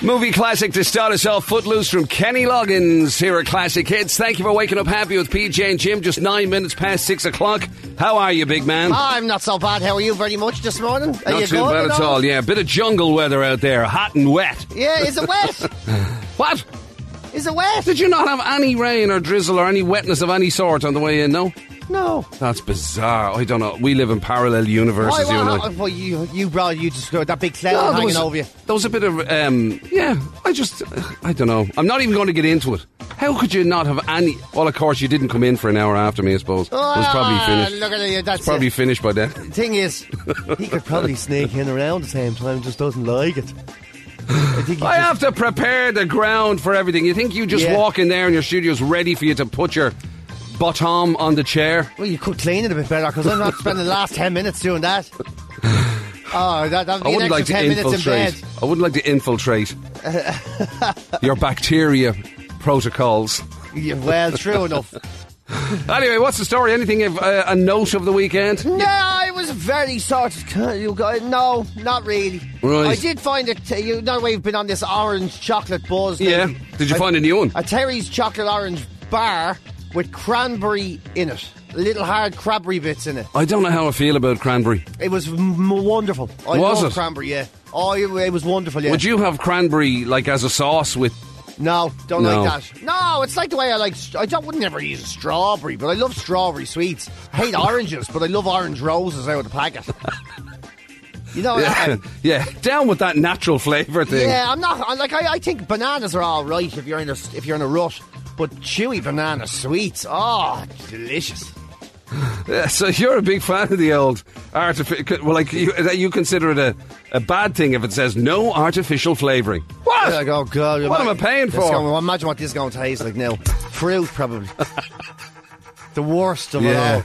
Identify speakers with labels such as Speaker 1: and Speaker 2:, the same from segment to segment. Speaker 1: Movie classic to start us off, Footloose from Kenny Loggins here at Classic Hits. Thank you for waking up happy with PJ and Jim, just nine minutes past six o'clock. How are you, big man?
Speaker 2: I'm not so bad. How are you very much this morning? Ah, Are
Speaker 1: Not
Speaker 2: you
Speaker 1: too
Speaker 2: good
Speaker 1: bad at all, yeah. Bit of jungle weather out there, hot and wet.
Speaker 2: Yeah, is it wet?
Speaker 1: What?
Speaker 2: is it wet?
Speaker 1: Did you not have any rain or drizzle or any wetness of any sort on the way in, no?
Speaker 2: No.
Speaker 1: That's bizarre. I don't know. We live in parallel universes, you and I.
Speaker 2: Why- why- well, you, you brought you destroyed that big cloud
Speaker 1: No, there
Speaker 2: hanging
Speaker 1: was-
Speaker 2: over you.
Speaker 1: There was a bit of, um, yeah, I just, uh, I don't know. I'm not even going to get into it. How could you not have any? Well, of course, you didn't come in for an hour after me, I suppose. It was probably
Speaker 2: Ah,
Speaker 1: finished.
Speaker 2: Look at you. That's
Speaker 1: Probably
Speaker 2: it.
Speaker 1: finished by then.
Speaker 2: thing is, he could probably sneak in around the same time. Just doesn't like it. I think he
Speaker 1: I
Speaker 2: just-
Speaker 1: have to prepare the ground for everything. You think you just
Speaker 2: Yeah.
Speaker 1: walk in there and your studio's ready for you to put your bottom on the chair?
Speaker 2: Well, you could clean it a bit better because I'm not spending the last ten minutes doing that. Oh, that, that'd
Speaker 1: I
Speaker 2: be an
Speaker 1: wouldn't
Speaker 2: extra
Speaker 1: like to
Speaker 2: ten minutes in bed.
Speaker 1: infiltrate. I wouldn't like to infiltrate your bacteria protocols.
Speaker 2: Yeah, well, true enough.
Speaker 1: Anyway, what's the story? Anything of uh, a note of the weekend?
Speaker 2: No, I was very sort of. kind- You go, no, not really.
Speaker 1: Right.
Speaker 2: I did find it. uh, You know, we've been on this orange chocolate buzz.
Speaker 1: Yeah.
Speaker 2: lately.
Speaker 1: Did you
Speaker 2: I-
Speaker 1: find a new one?
Speaker 2: A Terry's chocolate orange bar with cranberry in it, little hard cranberry bits in it.
Speaker 1: I don't know how I feel about cranberry.
Speaker 2: It was m- wonderful. I
Speaker 1: Was
Speaker 2: love
Speaker 1: it?
Speaker 2: cranberry? Yeah. Oh, it, it was wonderful. Yeah.
Speaker 1: Would you have cranberry like as a sauce with?
Speaker 2: No, don't
Speaker 1: No.
Speaker 2: like that. No, it's like the way I like. I don't would never use strawberry, but I love strawberry sweets. I hate oranges, but I love orange roses out of the packet. You know, I-
Speaker 1: yeah, down with that natural flavour thing.
Speaker 2: Oh, Yeah, I'm not. I, like I, I think bananas are all right if you're in a if you're in a rush, but chewy banana sweets, oh, delicious.
Speaker 1: Yeah, So you're a big fan of the old artificial. Well, like you, that you consider it a, a bad thing if it says no artificial flavouring. What?
Speaker 2: Like, oh god,
Speaker 1: What am I paying
Speaker 2: this
Speaker 1: for?
Speaker 2: Going, imagine what this is going to taste like now. Fruit, probably. the worst of it all.
Speaker 1: yeah.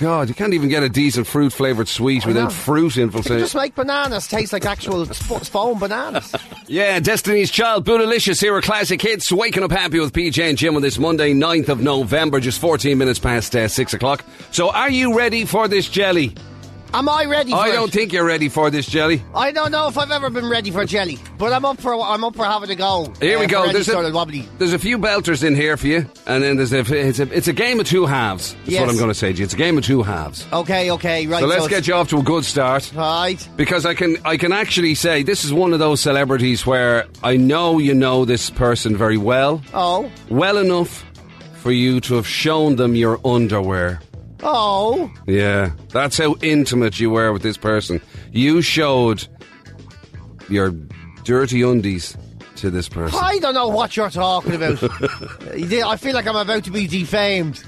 Speaker 1: God, you can't even get a decent fruit flavoured sweet
Speaker 2: know.
Speaker 1: without fruit
Speaker 2: They could just
Speaker 1: infiltration.
Speaker 2: make bananas taste like actual sp- foam bananas.
Speaker 1: Yeah, Destiny's Child, Bootylicious here at Classic Hits. Waking up happy with PJ and Jim on this Monday, 9th of November, just 14 minutes past uh, 6 o'clock. So are you ready for this jelly?
Speaker 2: Am I ready? For
Speaker 1: I don't
Speaker 2: it?
Speaker 1: think you're ready for this jelly.
Speaker 2: I don't know if I've ever been ready for jelly, but I'm up for I'm up for having a go.
Speaker 1: Here
Speaker 2: uh,
Speaker 1: we
Speaker 2: for
Speaker 1: go.
Speaker 2: any
Speaker 1: There's
Speaker 2: sort
Speaker 1: a,
Speaker 2: of wobbly.
Speaker 1: there's a few belters in here for you, and then there's a it's a, it's a game of two halves. That's
Speaker 2: Yes.
Speaker 1: what I'm going to say to you. It's a game of two halves.
Speaker 2: Okay, okay, right.
Speaker 1: So let's
Speaker 2: it's-
Speaker 1: get you off to a good start.
Speaker 2: right.
Speaker 1: Because I can, I can actually say this is one of those celebrities where I know you know this person very well,
Speaker 2: Oh,
Speaker 1: well enough for you to have shown them your underwear.
Speaker 2: oh.
Speaker 1: Yeah, that's how intimate you were with this person. You showed your dirty undies to this person.
Speaker 2: I don't know what you're talking about. You did- I feel like I'm about to be defamed.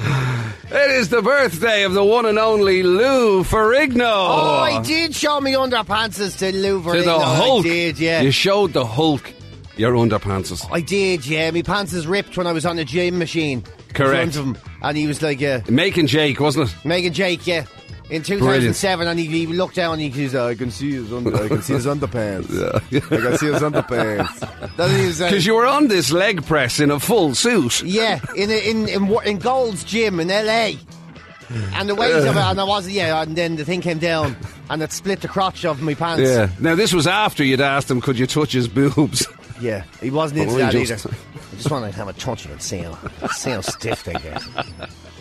Speaker 1: It is the birthday of the one and only Lou Ferrigno.
Speaker 2: Oh, I did show me underpants to Lou
Speaker 1: To the
Speaker 2: Ferrigno.
Speaker 1: Hulk.
Speaker 2: I did, yeah.
Speaker 1: You showed the Hulk your underpants.
Speaker 2: I did, yeah. My pants is ripped when I was on the gym machine. in
Speaker 1: Correct.
Speaker 2: front of him. And he was like, uh,
Speaker 1: Making Jake, wasn't it?
Speaker 2: Megan Jake, yeah. In 2007, and he, he looked down and he was
Speaker 3: I can see his under, I can see his underpants. I can see his underpants.
Speaker 2: That is, uh,
Speaker 1: Because you were on this leg press in a full suit.
Speaker 2: yeah, in, in in Wa- in Gold's gym in LA. And the weight of it, and I was, yeah, and then the thing came down and it split the crotch of my pants.
Speaker 1: Yeah. Now, this was after you'd asked him, could you touch his boobs?
Speaker 2: Yeah, he wasn't into
Speaker 1: Or
Speaker 2: that
Speaker 1: just-
Speaker 2: either. I just want to have a touch of it, see how, see how stiff they get.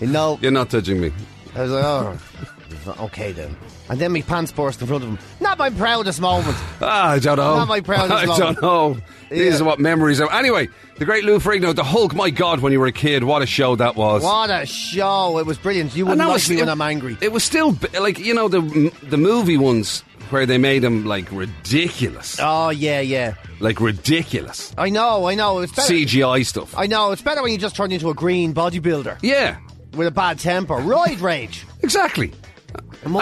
Speaker 2: You know,
Speaker 1: You're not touching me.
Speaker 2: I was like, oh, okay then. And then my pants burst in front of him. Not my proudest moment.
Speaker 1: Ah, I don't know.
Speaker 2: Not my proudest
Speaker 1: I
Speaker 2: moment.
Speaker 1: don't know. These are
Speaker 2: Yeah.
Speaker 1: what memories are. Anyway, the great Lou Ferrigno, the Hulk, my God, when you were a kid, what a show that was.
Speaker 2: What a show! It was brilliant. You
Speaker 1: And
Speaker 2: wouldn't
Speaker 1: that
Speaker 2: like
Speaker 1: was-
Speaker 2: me when
Speaker 1: it-
Speaker 2: I'm angry.
Speaker 1: It was still b- like you know the the movie ones where they made them like ridiculous,
Speaker 2: oh yeah, yeah.
Speaker 1: like ridiculous
Speaker 2: I know, I know. It's better.
Speaker 1: CGI stuff.
Speaker 2: I know. It's better when you just turn into a green bodybuilder
Speaker 1: yeah,
Speaker 2: with a bad temper, roid rage.
Speaker 1: exactly.
Speaker 2: Much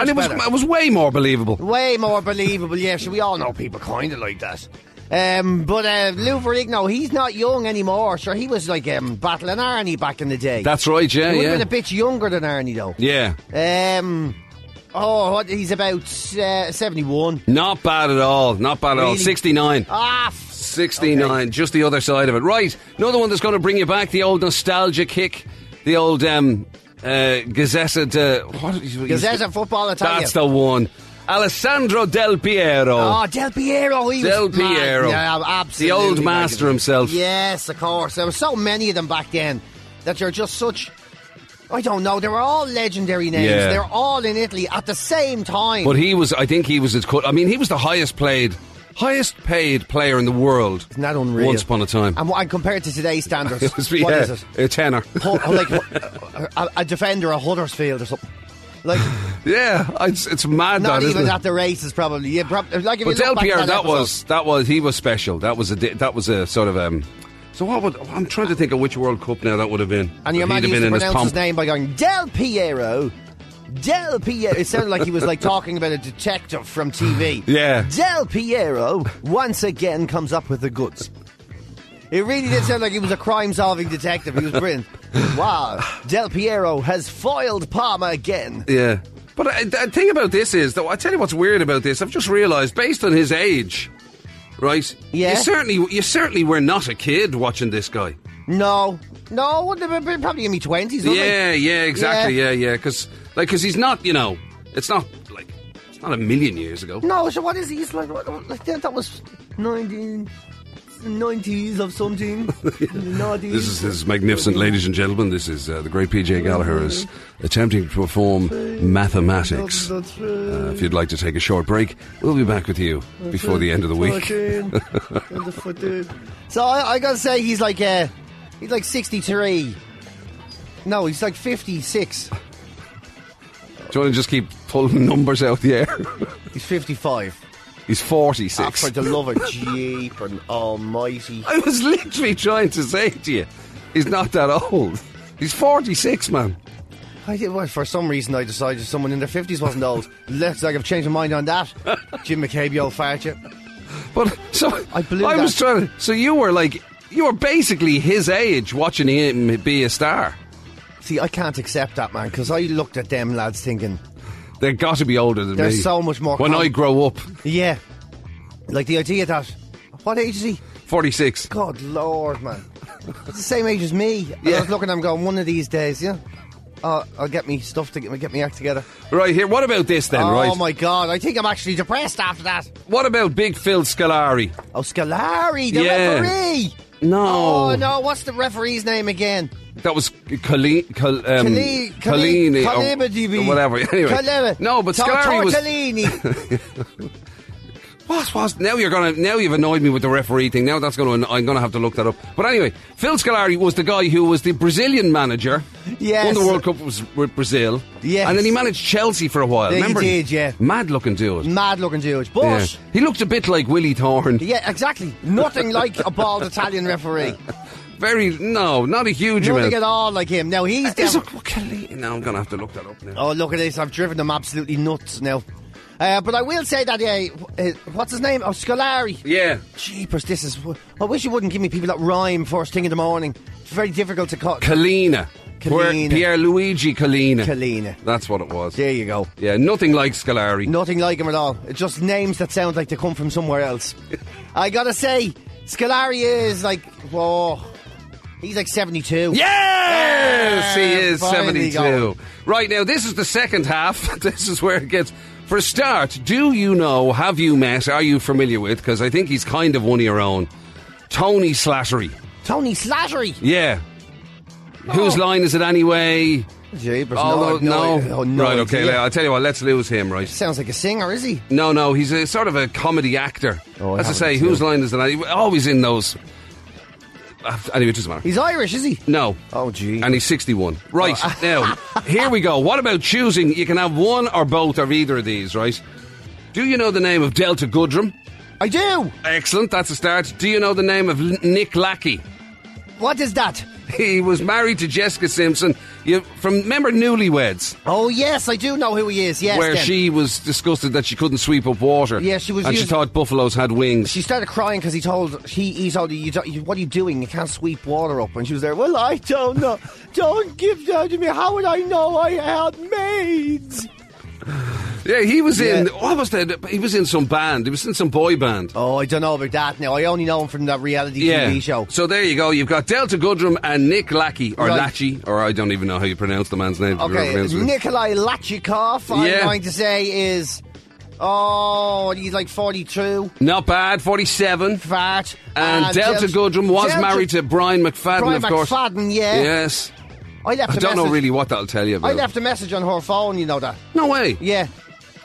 Speaker 1: and it was
Speaker 2: better.
Speaker 1: it was way more believable.
Speaker 2: way more believable. Yeah, sure, we all know people kind of like that. Um, but uh, Lou Ferrigno, he's not young anymore. Sure, he was like um, battling Arnie back in the day.
Speaker 1: That's right. Yeah,
Speaker 2: he would have
Speaker 1: yeah,
Speaker 2: been a bit younger than Arnie though.
Speaker 1: yeah.
Speaker 2: Um, oh, what, he's about uh, seventy-one.
Speaker 1: Not bad at all. Not bad at all.
Speaker 2: Really?
Speaker 1: Sixty nine.
Speaker 2: Ah, f-
Speaker 1: 69, just the other side of it. Right, another one that's going to bring you back the old nostalgia kick, the old um, uh, Gazzetta. De, what,
Speaker 2: Gazzetta Football Italia.
Speaker 1: That's the one. Alessandro Del Piero.
Speaker 2: Oh, Del Piero. He
Speaker 1: Del
Speaker 2: was mad.
Speaker 1: Piero.
Speaker 2: Yeah, absolutely.
Speaker 1: The old master himself.
Speaker 2: Yes, of course. There were so many of them back then that you're just such. I don't know. They were all legendary names.
Speaker 1: Yeah.
Speaker 2: They're all in Italy at the same time.
Speaker 1: But he was, I think he was, as cut. I mean, he was the highest played, highest paid player in the world.
Speaker 2: Isn't that unreal?
Speaker 1: Once upon a time.
Speaker 2: And, wh- and compared to today's standards, what is
Speaker 1: Yeah,
Speaker 2: it?
Speaker 1: A tenor.
Speaker 2: Hu- like a, a- a defender, a Huddersfield or something. Like
Speaker 1: yeah, it's, it's mad
Speaker 2: not
Speaker 1: that, isn't
Speaker 2: even
Speaker 1: it?
Speaker 2: at the races, probably. Yeah, prob- like if you
Speaker 1: But
Speaker 2: look
Speaker 1: Del
Speaker 2: back at
Speaker 1: Pierre, that,
Speaker 2: episode-
Speaker 1: was that was he was special. That was a di- that was a sort of um. So what would I'm trying to think of which World Cup now that would have been.
Speaker 2: And your
Speaker 1: But
Speaker 2: man
Speaker 1: he'd have been
Speaker 2: used to
Speaker 1: in his
Speaker 2: pronounce his
Speaker 1: pomp.
Speaker 2: name by going Del Piero. Del Piero. It sounded like he was like talking about a detective from TV.
Speaker 1: Yeah.
Speaker 2: Del Piero once again comes up with the goods. It really did sound like he was a crime-solving detective. He was brilliant. Wow, Del Piero has foiled Palmer again.
Speaker 1: Yeah. But I, the thing about this is, though, I tell you what's weird about this. I've just realised, based on his age, right?
Speaker 2: Yeah.
Speaker 1: You certainly, you certainly were not a kid watching this guy.
Speaker 2: No, no, wouldn't have been probably in my twenties.
Speaker 1: Yeah, yeah, exactly. Yeah, yeah. Because, like, because he's not. You know, it's not like it's not a million years ago.
Speaker 2: No, so what is he? He's like, what- like that, that was 1990s of something.
Speaker 1: This is his magnificent, ladies and gentlemen. This is uh, the great PJ Gallagher is attempting to perform mathematics. Uh, if you'd like to take a short break, we'll be back with you before the end of the week.
Speaker 2: so I, I gotta say, he's like, uh, he's like 63. No, he's like 56.
Speaker 1: Do you want to just keep pulling numbers out the air?
Speaker 2: He's 55.
Speaker 1: He's
Speaker 2: Ah, For
Speaker 1: 46.
Speaker 2: the love of Jeep and Almighty.
Speaker 1: I was literally trying to say to you, he's not that old. He's 46, man.
Speaker 2: I did, well, for some reason, I decided someone in their 50s wasn't old. Let's, like, I've changed my mind on that. Jim McCabe, you old fart, you.
Speaker 1: But so
Speaker 2: I blew
Speaker 1: I was
Speaker 2: that.
Speaker 1: trying to. So you were like, you were basically his age watching him be a star.
Speaker 2: See, I can't accept that, man, because I looked at them lads thinking,
Speaker 1: They've got to be older than
Speaker 2: They're
Speaker 1: me.
Speaker 2: so much more
Speaker 1: When
Speaker 2: com-
Speaker 1: I grow up,
Speaker 2: yeah. Like, the idea that, what age is he?
Speaker 1: 46.
Speaker 2: God lord, man. It's the same age as me. And
Speaker 1: Yeah.
Speaker 2: I was looking at him going, one of these days, yeah. Uh, I'll get me stuff to get me, get me act together.
Speaker 1: Right here. What about this then?
Speaker 2: oh
Speaker 1: right.
Speaker 2: my god, I think I'm actually depressed after that.
Speaker 1: What about Big Phil Scolari?
Speaker 2: Oh, Scalari, the
Speaker 1: Yeah.
Speaker 2: referee.
Speaker 1: No.
Speaker 2: Oh no, what's the referee's name again?
Speaker 1: That was Colleen. Col, um,
Speaker 2: Cali- Cali-
Speaker 1: Collini or-
Speaker 2: Calibadibi.
Speaker 1: or oh, whatever. Anyway,
Speaker 2: Calib-
Speaker 1: no, but
Speaker 2: Tor-
Speaker 1: Scolari was.
Speaker 2: Tortellini.
Speaker 1: What was? Now you're gonna. Now you've annoyed me with the referee thing. Now that's gonna. I'm gonna have to look that up. But anyway, Phil Scolari was the guy who was the Brazilian manager.
Speaker 2: Yes.
Speaker 1: Won the World Cup was with Brazil.
Speaker 2: Yes.
Speaker 1: And then he managed Chelsea for a while.
Speaker 2: Yeah, he
Speaker 1: Remember?
Speaker 2: did, yeah.
Speaker 1: Mad looking dude.
Speaker 2: Mad looking dude. But
Speaker 1: Yeah. He looked a bit like Willie Thorne.
Speaker 2: yeah, exactly. Nothing like a bald Italian referee.
Speaker 1: Very no, not a huge
Speaker 2: Nothing
Speaker 1: amount.
Speaker 2: at all like him. Now he's
Speaker 1: Is
Speaker 2: down-
Speaker 1: it- what can I- now I'm gonna have to look that up now.
Speaker 2: Oh, look at this. I've driven them absolutely nuts now. Uh, but I will say that, uh, uh, what's his name? Oh, Scolari.
Speaker 1: Yeah.
Speaker 2: Jeepers, this is. I wish you wouldn't give me people that rhyme first thing in the morning. It's very difficult to cut.
Speaker 1: Kalina.
Speaker 2: Kalina.
Speaker 1: Pierre Luigi Kalina.
Speaker 2: Kalina.
Speaker 1: That's what it was.
Speaker 2: There you go.
Speaker 1: Yeah, nothing like Scolari.
Speaker 2: Nothing like him at all. It's just names that sound like they come from somewhere else. I gotta say, Scolari is like, whoa. He's like 72.
Speaker 1: Yes, he is
Speaker 2: Finally
Speaker 1: 72.
Speaker 2: going.
Speaker 1: Right now, this is the second half. This is where it gets. For a start, do you know, have you met, are you familiar with, because I think he's kind of one of your own, Tony Slattery.
Speaker 2: Tony Slattery.
Speaker 1: Yeah. Whose line is it anyway?
Speaker 2: Jeepers,
Speaker 1: Oh, no.
Speaker 2: no, oh, no
Speaker 1: right, okay,
Speaker 2: idea.
Speaker 1: I'll tell you what, let's lose him, right?
Speaker 2: Sounds like a singer, is he?
Speaker 1: No, no, he's a sort of a comedy actor.
Speaker 2: Oh,
Speaker 1: As I
Speaker 2: I haven't
Speaker 1: say,
Speaker 2: seen
Speaker 1: whose
Speaker 2: him.
Speaker 1: line is the line? Always in those. Uh, Anyway, it doesn't matter.
Speaker 2: He's Irish, is he?
Speaker 1: No.
Speaker 2: Oh, gee.
Speaker 1: And he's 61. Right, now, here we go. What about choosing? You can have one or both or either of these, right? Do you know the name of Delta Goodrum?
Speaker 2: I do.
Speaker 1: Excellent, that's a start. Do you know the name of L- Nick Lackey?
Speaker 2: What is that?
Speaker 1: He was married to Jessica Simpson. You, from remember Newlyweds,
Speaker 2: Oh yes, I do know who he is. Yes,
Speaker 1: where
Speaker 2: then.
Speaker 1: she was disgusted that she couldn't sweep up water.
Speaker 2: Yeah, she was
Speaker 1: and she
Speaker 2: using-
Speaker 1: thought buffaloes had wings.
Speaker 2: she started crying because he told he he told her, you, don't- you what are you doing? You can't sweep water up. And she was there. Well, I don't know. don't give that to me. How would I know? I had maids.
Speaker 1: Yeah, he was in.
Speaker 2: Yeah.
Speaker 1: What was that? He was in some band. He was in some boy band.
Speaker 2: Oh, I don't know about that now. I only know him from that reality
Speaker 1: yeah.
Speaker 2: TV show.
Speaker 1: So there you go. You've got Delta Goodrum and Nick Lackey, or
Speaker 2: Right.
Speaker 1: Lachey, or I don't even know how you pronounce the man's name. to be
Speaker 2: Okay,
Speaker 1: honest with you.
Speaker 2: Nikolai Lachikov.
Speaker 1: Yeah.
Speaker 2: I'm going to say is. Oh, and he's like 42.
Speaker 1: Not bad, 47.
Speaker 2: Fat.
Speaker 1: And Delta Goodrum was
Speaker 2: um, Delta-
Speaker 1: married to Brian McFadden,
Speaker 2: Brian
Speaker 1: of course.
Speaker 2: McFadden, yeah.
Speaker 1: Yes.
Speaker 2: I left
Speaker 1: I
Speaker 2: a
Speaker 1: don't know
Speaker 2: message-
Speaker 1: really what that'll tell you
Speaker 2: I
Speaker 1: about.
Speaker 2: left a message on her phone, you know that.
Speaker 1: No way.
Speaker 2: Yeah.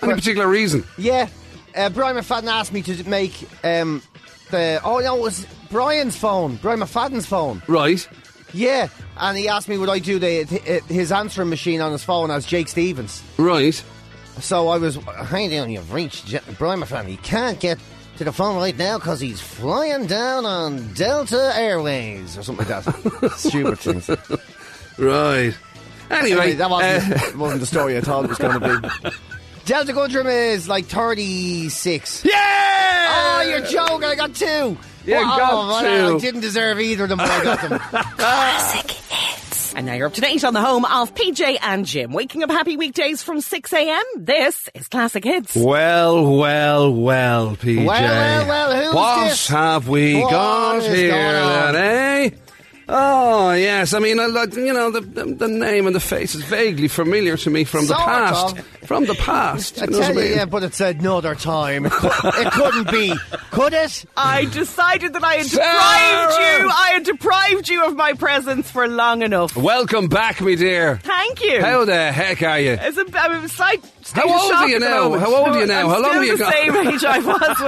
Speaker 1: Any
Speaker 2: Well-
Speaker 1: particular reason?
Speaker 2: Yeah. Uh, Brian McFadden asked me to make um, the. Oh, no, it was Brian's phone. Brian McFadden's phone.
Speaker 1: Right.
Speaker 2: Yeah. And he asked me would I do the, th- his answering machine on his phone as Jake Stevens.
Speaker 1: Right.
Speaker 2: So I was. Hey, down, you've reached Je- Brian McFadden. He can't get to the phone right now because he's flying down on Delta Airways or something like that.
Speaker 3: Stupid things.
Speaker 1: Right. Anyway,
Speaker 2: Anyway, that wasn't.
Speaker 1: uh,
Speaker 3: It wasn't the story I thought it was going to be.
Speaker 2: Delta Goodrum is like 36.
Speaker 1: yeah.
Speaker 2: Oh, you're joking. I got two.
Speaker 1: You
Speaker 2: Wow,
Speaker 1: got
Speaker 2: well,
Speaker 1: two.
Speaker 2: I didn't deserve either of them, but I got them.
Speaker 4: Classic hits. And now you're up to date on the home of PJ and Jim. Waking up happy weekdays from 6am. This is Classic Hits.
Speaker 1: Well, well, well, PJ.
Speaker 2: Well, well, well, who's
Speaker 1: what
Speaker 2: this?
Speaker 1: have we
Speaker 2: What
Speaker 1: got
Speaker 2: is
Speaker 1: here,
Speaker 2: going on?
Speaker 1: then, eh? Oh yes, I mean, I like you know, the, the the name and the face is vaguely familiar to me from the
Speaker 2: Sort
Speaker 1: past.
Speaker 2: of.
Speaker 1: From the past,
Speaker 2: I
Speaker 1: know what
Speaker 2: tell you,
Speaker 1: I mean?
Speaker 2: yeah, but it's another time. It, cou- it couldn't be, could it?
Speaker 4: I decided that I had
Speaker 1: Sarah!
Speaker 4: deprived you. I had deprived you of my presence for long enough.
Speaker 1: Welcome back, my dear.
Speaker 4: Thank you.
Speaker 1: How the heck are you?
Speaker 4: It's a, I'm in a slight state
Speaker 1: How
Speaker 4: of
Speaker 1: old
Speaker 4: shock
Speaker 1: are you
Speaker 4: at the
Speaker 1: now?
Speaker 4: moment.
Speaker 1: How old are you
Speaker 4: I'm
Speaker 1: now? How long
Speaker 4: still
Speaker 1: are you
Speaker 4: the
Speaker 1: got-
Speaker 4: same age I was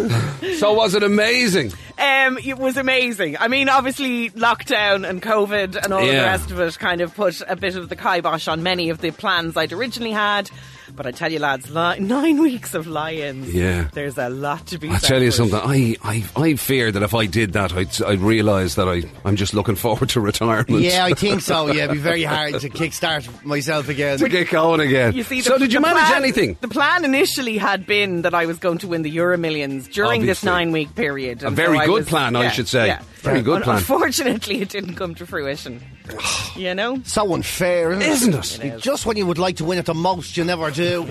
Speaker 4: when I left.
Speaker 1: So was it amazing?
Speaker 4: Um, it was amazing. I mean, obviously, lockdown and COVID and all of the
Speaker 1: Yeah.
Speaker 4: rest of it kind of put a bit of the kibosh on many of the plans I'd originally had. But I tell you, lads, li- nine weeks of lions.
Speaker 1: Yeah.
Speaker 4: There's a lot to be
Speaker 1: I tell you
Speaker 4: said for
Speaker 1: something.
Speaker 4: it.
Speaker 1: I, I I fear that if I did that, I'd I'd realise that I I'm just looking forward to retirement.
Speaker 2: Yeah, I think so. Yeah, it'd be very hard to kickstart myself again.
Speaker 1: to get going again.
Speaker 4: You see, the,
Speaker 1: so did you
Speaker 4: the
Speaker 1: manage
Speaker 4: plan-
Speaker 1: anything?
Speaker 4: The plan initially had been that I was going to win the Euro Millions during this
Speaker 1: Obviously.
Speaker 4: nine week period.
Speaker 1: A
Speaker 4: and
Speaker 1: very
Speaker 4: so I
Speaker 1: good
Speaker 4: was-
Speaker 1: plan, I
Speaker 4: yeah,
Speaker 1: should say.
Speaker 4: yeah.
Speaker 1: Very good
Speaker 4: Un-
Speaker 1: plan.
Speaker 4: Unfortunately, it didn't come to fruition. you know?
Speaker 2: So unfair, isn't
Speaker 1: Isn't
Speaker 2: it?
Speaker 1: it?
Speaker 2: Just when you would like to win it the most, you never do.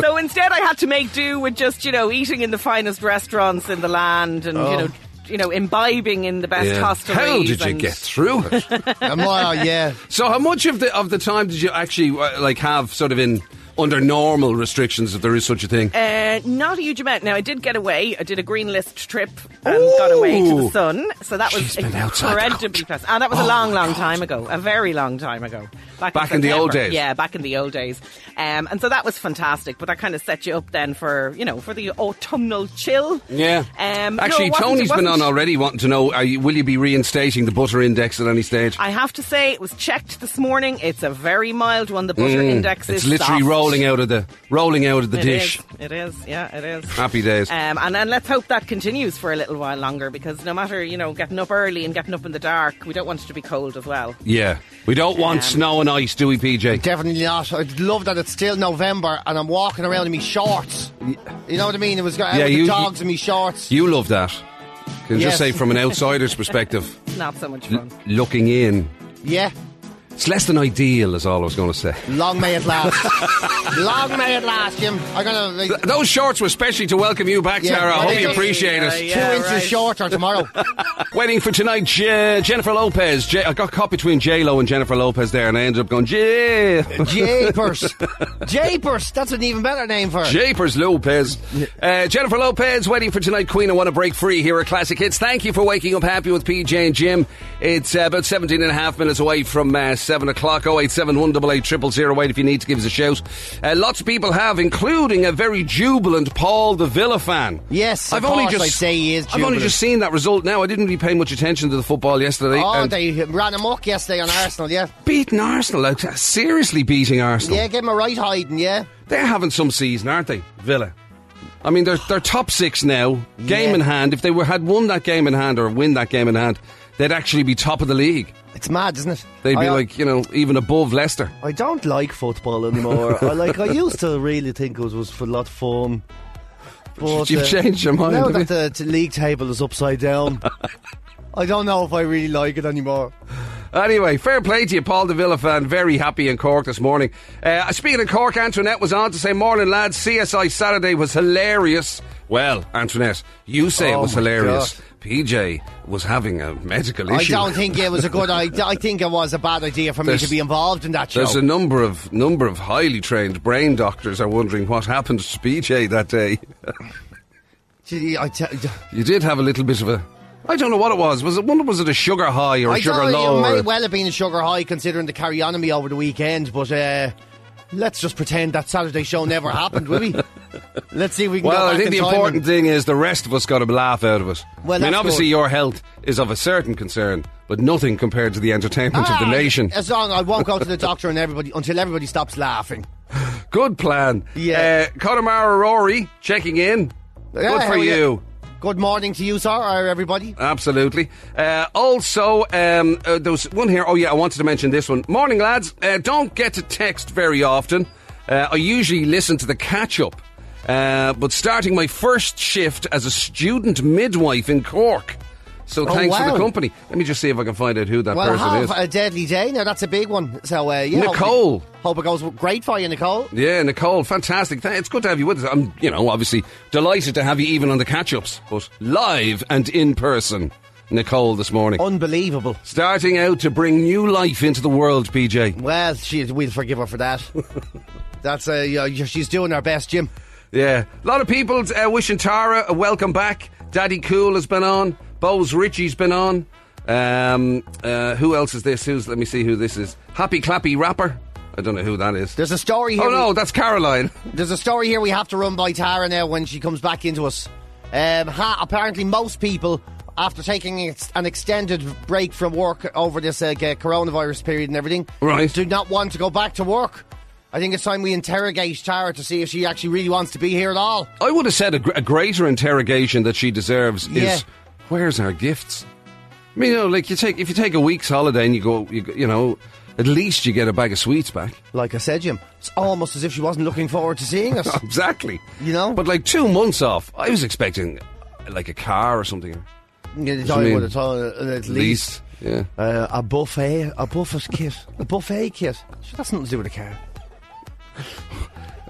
Speaker 4: So instead, I had to make do with just you know eating in the finest restaurants in the land, and you know, you know, imbibing in the best
Speaker 1: Oh. Yeah.
Speaker 4: hostelries.
Speaker 1: How did you
Speaker 4: and-
Speaker 1: get through it?
Speaker 2: Am I? Yeah.
Speaker 1: so how much of the of the time did you actually uh, like have sort of in under normal restrictions, if there is such a thing?
Speaker 4: Uh, not a huge amount. Now I did get away. I did a green list trip and got away to the
Speaker 1: Ooh.
Speaker 4: sun. So that was
Speaker 1: She's been outside the
Speaker 4: incredibly
Speaker 1: country.
Speaker 4: pleasant. And that was
Speaker 1: Oh
Speaker 4: a long,
Speaker 1: my
Speaker 4: long
Speaker 1: God.
Speaker 4: time ago. A very long time ago.
Speaker 1: Back in the
Speaker 4: September.
Speaker 1: old days.
Speaker 4: Yeah, back in the old days. Um, and so that was fantastic. But that kind of set you up then for you know for the autumnal chill.
Speaker 1: yeah.
Speaker 4: Um,
Speaker 1: Actually, Tony's
Speaker 4: no, Tony's
Speaker 1: been on already, wanting to know: are you, Will you be reinstating the butter index at any stage?
Speaker 4: I have to say, it was checked this morning. It's a very mild one. The butter index is
Speaker 1: Mm. it's literally
Speaker 4: soft.
Speaker 1: rolling out of the rolling out of the
Speaker 4: It
Speaker 1: dish.
Speaker 4: is. It is. Yeah, it is.
Speaker 1: Happy days.
Speaker 4: Um, and and let's hope that continues for a little while longer because no matter you know getting up early and getting up in the dark, we don't want it to be cold as well.
Speaker 1: yeah, we don't want
Speaker 4: um,
Speaker 1: snow and ice, do we, PJ?
Speaker 2: Definitely not. I love that it's still November and I'm walking around in me shorts. You know what I mean? It was got out
Speaker 1: Yeah,
Speaker 2: with
Speaker 1: you-
Speaker 2: the dogs in me shorts.
Speaker 1: You love that. Can just
Speaker 2: Yes.
Speaker 1: say from an outsider's perspective,
Speaker 4: It's not so much fun.
Speaker 1: looking in,
Speaker 2: yeah.
Speaker 1: it's less than ideal. Is all I was going to say.
Speaker 2: Long may it last. Long may it last, Jim. I'm gonna like,
Speaker 1: Th- Those shorts were specially to welcome you back,
Speaker 2: Yeah,
Speaker 1: Sarah. I
Speaker 2: well,
Speaker 1: hope
Speaker 2: they
Speaker 1: you
Speaker 2: just-
Speaker 1: appreciate
Speaker 4: Yeah,
Speaker 1: us.
Speaker 4: yeah.
Speaker 2: two inches shorter tomorrow.
Speaker 1: Waiting for tonight, Je- Jennifer Lopez. Je- I got caught between J Lo and Jennifer Lopez there, and I ended up going J.
Speaker 2: Japers. Japers. That's an even better name for it.
Speaker 1: Japers Lopez. Uh, Jennifer Lopez waiting for tonight. Queen, I want to break free here at Classic Hits. Thank you for waking up happy with PJ and Jim. It's uh, about 17 and a half minutes away from uh, 7 o'clock. 087188008 if you need to give us a shout. Uh, lots of people have, including a very jubilant Paul the Villa fan.
Speaker 2: Yes, of
Speaker 1: I've only
Speaker 2: course,
Speaker 1: just
Speaker 2: I'd say he is
Speaker 1: I've only
Speaker 2: jubilant.
Speaker 1: just seen that result now. I didn't really pay much attention to the football yesterday.
Speaker 2: Oh,
Speaker 1: and
Speaker 2: they ran amok yesterday on Arsenal, yeah.
Speaker 1: beating Arsenal, like, uh, seriously beating Arsenal.
Speaker 2: Yeah, give him a right hiding, yeah.
Speaker 1: They're having some season, aren't they? Villa. I mean, they're, they're top six now, game
Speaker 2: Yeah.
Speaker 1: in hand. If they were had won that game in hand or win that game in hand, they'd actually be top of the league.
Speaker 2: It's mad, isn't it?
Speaker 1: They'd be
Speaker 2: I-
Speaker 1: like, you know, even above Leicester.
Speaker 5: I don't like football anymore. I like. I used to really think it was, was a lot of fun. But,
Speaker 1: You've
Speaker 5: uh,
Speaker 1: changed your mind.
Speaker 5: Now
Speaker 1: have you?
Speaker 5: that the t- league table is upside down,
Speaker 2: I don't know if I really like it anymore.
Speaker 1: Anyway, fair play to you, Paul de Villa fan. Very happy in Cork this morning. Uh, speaking of Cork, Antoinette was on to say, Morning lads, CSI Saturday was hilarious. Well, Antoinette, you say it
Speaker 3: Oh
Speaker 1: was
Speaker 3: my
Speaker 1: hilarious.
Speaker 3: God.
Speaker 1: PJ was having a medical
Speaker 2: I
Speaker 1: issue.
Speaker 2: don't think it was a good idea. I think it was a bad idea for me
Speaker 1: There's-
Speaker 2: to be involved in that show.
Speaker 1: There's a number of number of highly trained brain doctors are wondering what happened to PJ that day.
Speaker 2: Gee, I tell-
Speaker 1: You did have a little bit of a. I don't know what it was. Was it? Wonder was it a sugar high or a
Speaker 2: I
Speaker 1: sugar
Speaker 2: don't know,
Speaker 1: low?
Speaker 2: It
Speaker 1: or-
Speaker 2: may well have been a sugar high considering the carry on me over the weekend, but uh, let's just pretend that Saturday show never happened, will we? Let's see if we can go
Speaker 1: Well,
Speaker 2: back
Speaker 1: I think
Speaker 2: in
Speaker 1: the
Speaker 2: time
Speaker 1: important
Speaker 2: and-
Speaker 1: thing is the rest of us got a laugh out of it.
Speaker 2: Well,
Speaker 1: I mean,
Speaker 2: that's
Speaker 1: obviously,
Speaker 2: good.
Speaker 1: your health is of a certain concern, but nothing compared to the entertainment of
Speaker 2: Ah,
Speaker 1: the nation.
Speaker 2: As long I won't go to the doctor and everybody until everybody stops laughing.
Speaker 1: Good plan.
Speaker 2: Yeah.
Speaker 1: Uh, Connemara Rory checking in.
Speaker 2: Yeah,
Speaker 1: Good
Speaker 2: how
Speaker 1: for
Speaker 2: are
Speaker 1: you.
Speaker 2: you? Good morning to you, sir, or everybody.
Speaker 1: Absolutely. Uh, also, um, uh, there was one here. Oh, yeah, I wanted to mention this one. Morning, lads. Uh, don't get to text very often. Uh, I usually listen to the catch up. Uh, but starting my first shift as a student midwife in Cork. So thanks for the
Speaker 2: Oh, wow.
Speaker 1: company. Let me just see if I can find out who that
Speaker 2: Well,
Speaker 1: person is.
Speaker 2: have a deadly day. Now that's a big one. So uh, yeah, hope-
Speaker 1: Nicole.
Speaker 2: Hope it goes great for you, Nicole.
Speaker 1: yeah, Nicole, fantastic. Th- It's good to have you with us. I'm, you know, obviously delighted to have you even on the catch ups, but live and in person, Nicole, this morning.
Speaker 2: Unbelievable.
Speaker 1: Starting out to bring new life into the world, PJ.
Speaker 2: Well, she, we'll forgive her for that. That's uh, yeah, she's doing her best, Jim.
Speaker 1: Yeah. A lot of people uh, wishing Tara a welcome back. Daddy Cool has been on. Bose Richie's been on. Um, uh, who else is this? Who's? Let me see who this is. Happy Clappy Rapper. I don't know who that is.
Speaker 2: There's a story here.
Speaker 1: oh
Speaker 2: we-
Speaker 1: no, that's Caroline.
Speaker 2: There's a story here we have to run by Tara now when she comes back into us. Um, ha, apparently, most people, after taking ex- an extended break from work over this uh, g- coronavirus period and everything,
Speaker 1: Right.
Speaker 2: do not want to go back to work. I think it's time we interrogate Tara to see if she actually really wants to be here at all.
Speaker 1: I would have said a, gr- a greater interrogation that she deserves
Speaker 2: Yeah.
Speaker 1: is where's our gifts? I mean, you know, like you take if you take a week's holiday and you go, you, go- you know, at least you get a bag of sweets back.
Speaker 2: Like I said, Jim, it's almost as if she wasn't looking forward to seeing us.
Speaker 1: Exactly.
Speaker 2: You know?
Speaker 1: But like two months off, I was expecting uh, like a car or something.
Speaker 2: Yeah,
Speaker 1: you
Speaker 2: I
Speaker 1: mean?
Speaker 2: would have thought, uh, at
Speaker 1: At
Speaker 2: least.
Speaker 1: least. Yeah.
Speaker 2: Uh, a buffet, a buffet kit, a buffet kit. Sure, that's nothing to do with a car.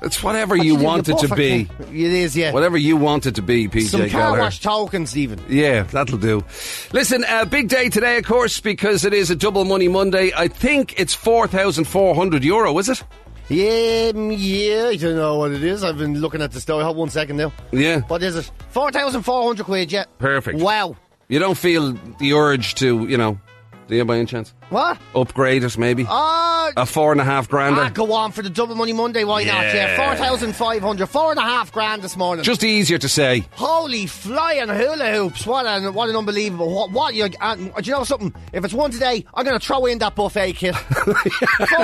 Speaker 1: It's whatever you
Speaker 2: Actually, a
Speaker 1: want it to
Speaker 2: buffet
Speaker 1: be.
Speaker 2: kit. It is, yeah.
Speaker 1: Whatever you want it to be, PJ
Speaker 2: Some car
Speaker 1: Gallagher.
Speaker 2: wash tokens, even.
Speaker 1: Yeah, that'll do. Listen, uh, big day today, of course, because it is a double money Monday. I think it's four thousand four hundred euro, is it?
Speaker 2: Yeah, mm, yeah, I don't know what it is. I've been looking at the story. Hold one second now.
Speaker 1: Yeah.
Speaker 2: What is it? 4,400 quid, yeah.
Speaker 1: Perfect.
Speaker 2: Wow.
Speaker 1: You don't feel the urge to, you know, do you by any chance?
Speaker 2: What?
Speaker 1: Upgrade it, maybe?
Speaker 2: Uh,
Speaker 1: a four and a half grander?
Speaker 2: ah, go on for the double money Monday, why not?
Speaker 1: Yeah.
Speaker 2: Yeah, 4,500. Four and a half grand this morning.
Speaker 1: Just easier to say.
Speaker 2: Holy flying hula hoops. What an, what an unbelievable. What, what you, and, do you know something? If it's one today, I'm going to throw in that buffet kit. Four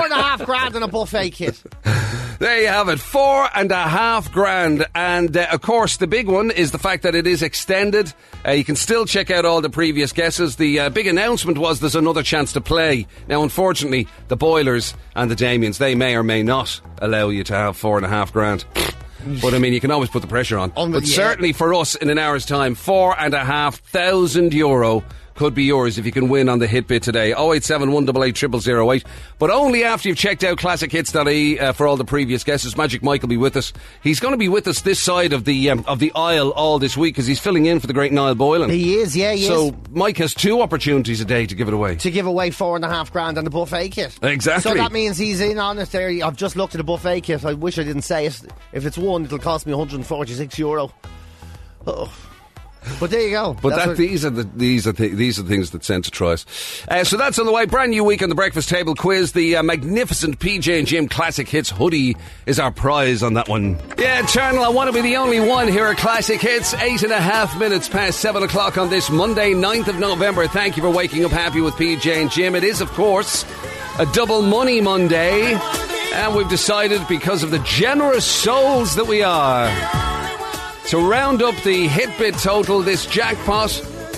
Speaker 2: and a half grand and a buffet kit.
Speaker 1: There you have it, four and a half grand. And uh, of course, the big one is the fact that it is extended. Uh, you can still check out all the previous guesses. The uh, big announcement was there's another chance to play. Now, unfortunately, the Boilers and the Damians, they may or may not allow you to have four and a half grand. But I mean, you can always put the pressure on.
Speaker 2: On the-
Speaker 1: but
Speaker 2: yeah.
Speaker 1: certainly for us, in an hour's time, four and a half thousand euro could be yours if you can win on the hit bit today. 087 188 But only after you've checked out classichits.ie uh, for all the previous guesses. Magic Mike will be with us. He's going to be with us this side of the um, of the aisle all this week because he's filling in for the great Niall Boylan.
Speaker 2: He is, yeah, he
Speaker 1: So
Speaker 2: is.
Speaker 1: Mike has two opportunities a day to give it away.
Speaker 2: to give away four and a half grand on the buffet kit.
Speaker 1: Exactly.
Speaker 2: So that means he's in on it there. I've just looked at the buffet kit. I wish I didn't say it. If it's one, it'll cost me 146 euro. Oh. But there you go.
Speaker 1: But
Speaker 2: That's
Speaker 1: that,
Speaker 2: what-
Speaker 1: these are the these are the, these are things that send to tries. Uh, so that's on the way. Brand new week on the breakfast table quiz. The uh, magnificent PJ and Jim Classic Hits hoodie is our prize on that one. Yeah, Channel. I want to be the only one here at Classic Hits. Eight and a half minutes past seven o'clock on this Monday, 9th of November. Thank you for waking up happy with PJ and Jim. It is, of course, a double money Monday, and we've decided because of the generous souls that we are. To round up the hit bid total, this jackpot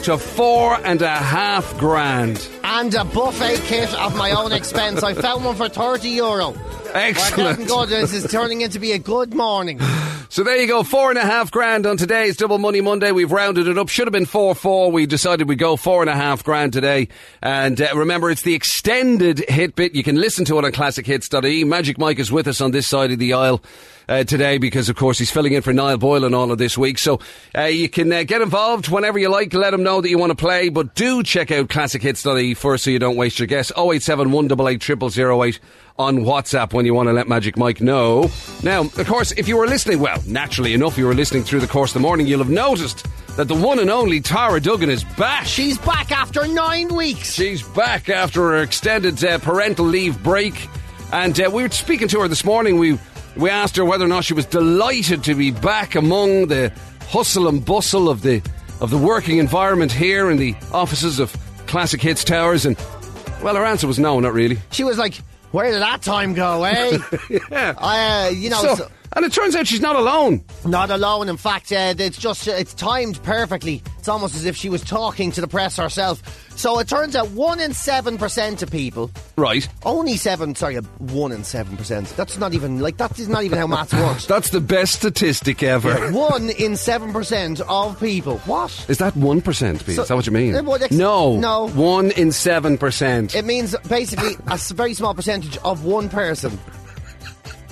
Speaker 1: to four and a half grand.
Speaker 2: and a buffet kit of my own expense. I found one for 30 euro. We're getting
Speaker 1: Excellent.
Speaker 2: good. This is turning into be a good morning.
Speaker 1: So there you go, four and a half grand on today's Double Money Monday. We've rounded it up. Should have been four four. We decided we'd go four and a half grand today. And uh, remember, it's the E. extended hit bit. You can listen to it on classichits.ie. Magic Mike is with us on this side of the aisle. uh, today because, of course, he's filling in for Niall Boylan all of this week. So uh, you can uh, get involved whenever you like. Let him know that you want to play, but do check out classichits.ie E first so you don't waste your guess. 087 188 on WhatsApp when you want to let Magic Mike know. Now, of course, if you were listening, well, naturally enough, you were listening through the course of the morning, you'll have noticed that the one and only Tara Duggan is back.
Speaker 2: She's back after nine weeks.
Speaker 1: She's back after her extended uh, parental leave break, and uh, we were speaking to her this morning. We we asked her whether or not she was delighted to be back among the hustle and bustle of the of the working environment here in the offices of Classic Hits Towers, and well, her answer was no, not really.
Speaker 2: She was like, "Where did that time go, eh?"
Speaker 1: Yeah.
Speaker 2: I, uh, you know,
Speaker 1: So-
Speaker 2: so-
Speaker 1: and it turns out she's not alone.
Speaker 2: Not alone. In fact, uh, it's just it's timed perfectly. It's almost as if she was talking to the press herself. So it turns out one in seven percent of people,
Speaker 1: Right.
Speaker 2: only seven, sorry, one in seven percent. That's not even like that is not even how maths works.
Speaker 1: That's the best statistic ever.
Speaker 2: one in seven percent of people. What?
Speaker 1: Is that 1%, Pete?
Speaker 2: So-
Speaker 1: Is that what you mean?
Speaker 2: Uh, well, ex-
Speaker 1: no.
Speaker 2: no.
Speaker 1: 1 in 7%.
Speaker 2: It means basically a s- very small percentage of one person.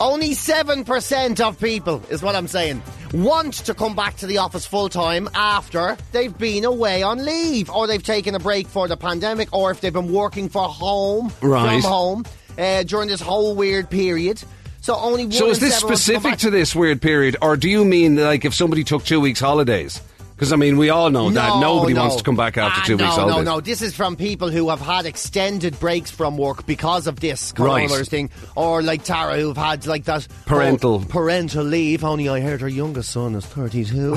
Speaker 2: Only 7% of people, is what I'm saying, want to come back to the office full time after they've been away on leave or they've taken a break for the pandemic or if they've been working for home,
Speaker 1: Right.
Speaker 2: from home, uh, during this whole weird period. So only one
Speaker 1: so
Speaker 2: in
Speaker 1: is this
Speaker 2: seven wants come
Speaker 1: specific
Speaker 2: back.
Speaker 1: to this weird period, or do you mean like if somebody took two weeks holidays? Because I mean, we all know that nobody
Speaker 2: no.
Speaker 1: wants to come back after
Speaker 2: Ah,
Speaker 1: two
Speaker 2: no,
Speaker 1: weeks
Speaker 2: No,
Speaker 1: holidays.
Speaker 2: no, This is from people who have had extended breaks from work because of this
Speaker 1: Right.
Speaker 2: coronavirus thing, or like Tara, who've had like that
Speaker 1: Parental.
Speaker 2: whole parental leave. Only I heard her youngest son is thirty-two.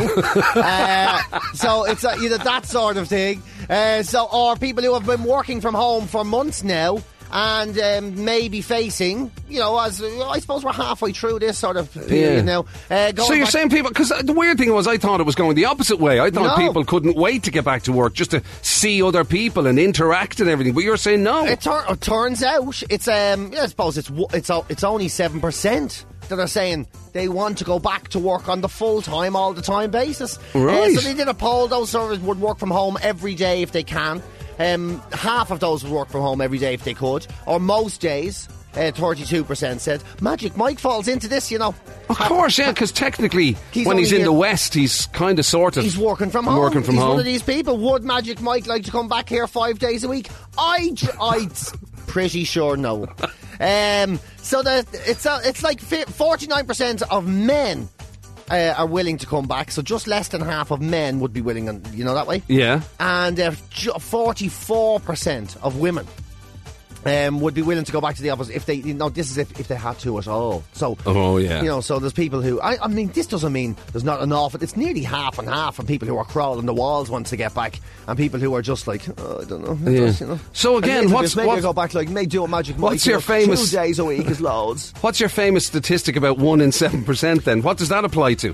Speaker 2: uh, so it's uh, you know that sort of thing. Uh, so, or people who have been working from home for months now. And um, maybe facing, you know, as I suppose we're halfway through this sort of period
Speaker 1: Yeah.
Speaker 2: now. Uh,
Speaker 1: So
Speaker 2: going
Speaker 1: you're
Speaker 2: back-
Speaker 1: saying people? Because the weird thing was, I thought it was going the opposite way. I thought
Speaker 2: No.
Speaker 1: people couldn't wait to get back to work just to see other people and interact and everything. But you're saying no.
Speaker 2: It, tur- it turns out it's um. yeah, I suppose it's wo- it's o- it's only seven percent that are saying they want to go back to work on the full time, all the time basis. Uh,
Speaker 1: Right.
Speaker 2: so they did a poll. Those servers would work from home every day if they can. Um, half of those would work from home every day if they could, or most days. uh, Thirty-two percent said Magic Mike falls into this. You know,
Speaker 1: of course, yeah. Because technically,
Speaker 2: He's
Speaker 1: when
Speaker 2: only
Speaker 1: he's in
Speaker 2: here-
Speaker 1: the West, he's kind of sort of
Speaker 2: he's working from home.
Speaker 1: Working from
Speaker 2: he's
Speaker 1: home.
Speaker 2: one of these people. Would Magic Mike like to come back here five days a week? I, dr- I, pretty sure no. Um, so that it's uh, it's like forty nine percent of men uh, are willing to come back. So just less than half of men would be willing, and you know that way.
Speaker 1: yeah.
Speaker 2: And forty four percent of women. Um, would be willing to go back to the office if they, you know, this is if, if they had to at all. So,
Speaker 1: Oh, yeah.
Speaker 2: you know, so there's people who, I, I mean, this doesn't mean there's not an awful, it's nearly half and half from people who are crawling the walls once they get back and people who are just like, oh, I don't know.
Speaker 1: Yeah.
Speaker 2: Just, you know.
Speaker 1: So
Speaker 2: And
Speaker 1: again,
Speaker 2: little
Speaker 1: what's-
Speaker 2: bits, maybe
Speaker 1: what-
Speaker 2: I go back like, maybe do a magic
Speaker 1: What's
Speaker 2: mic,
Speaker 1: your
Speaker 2: you know,
Speaker 1: famous-
Speaker 2: Two days a week is loads.
Speaker 1: What's your famous statistic about one in seven percent? Then what does that apply to?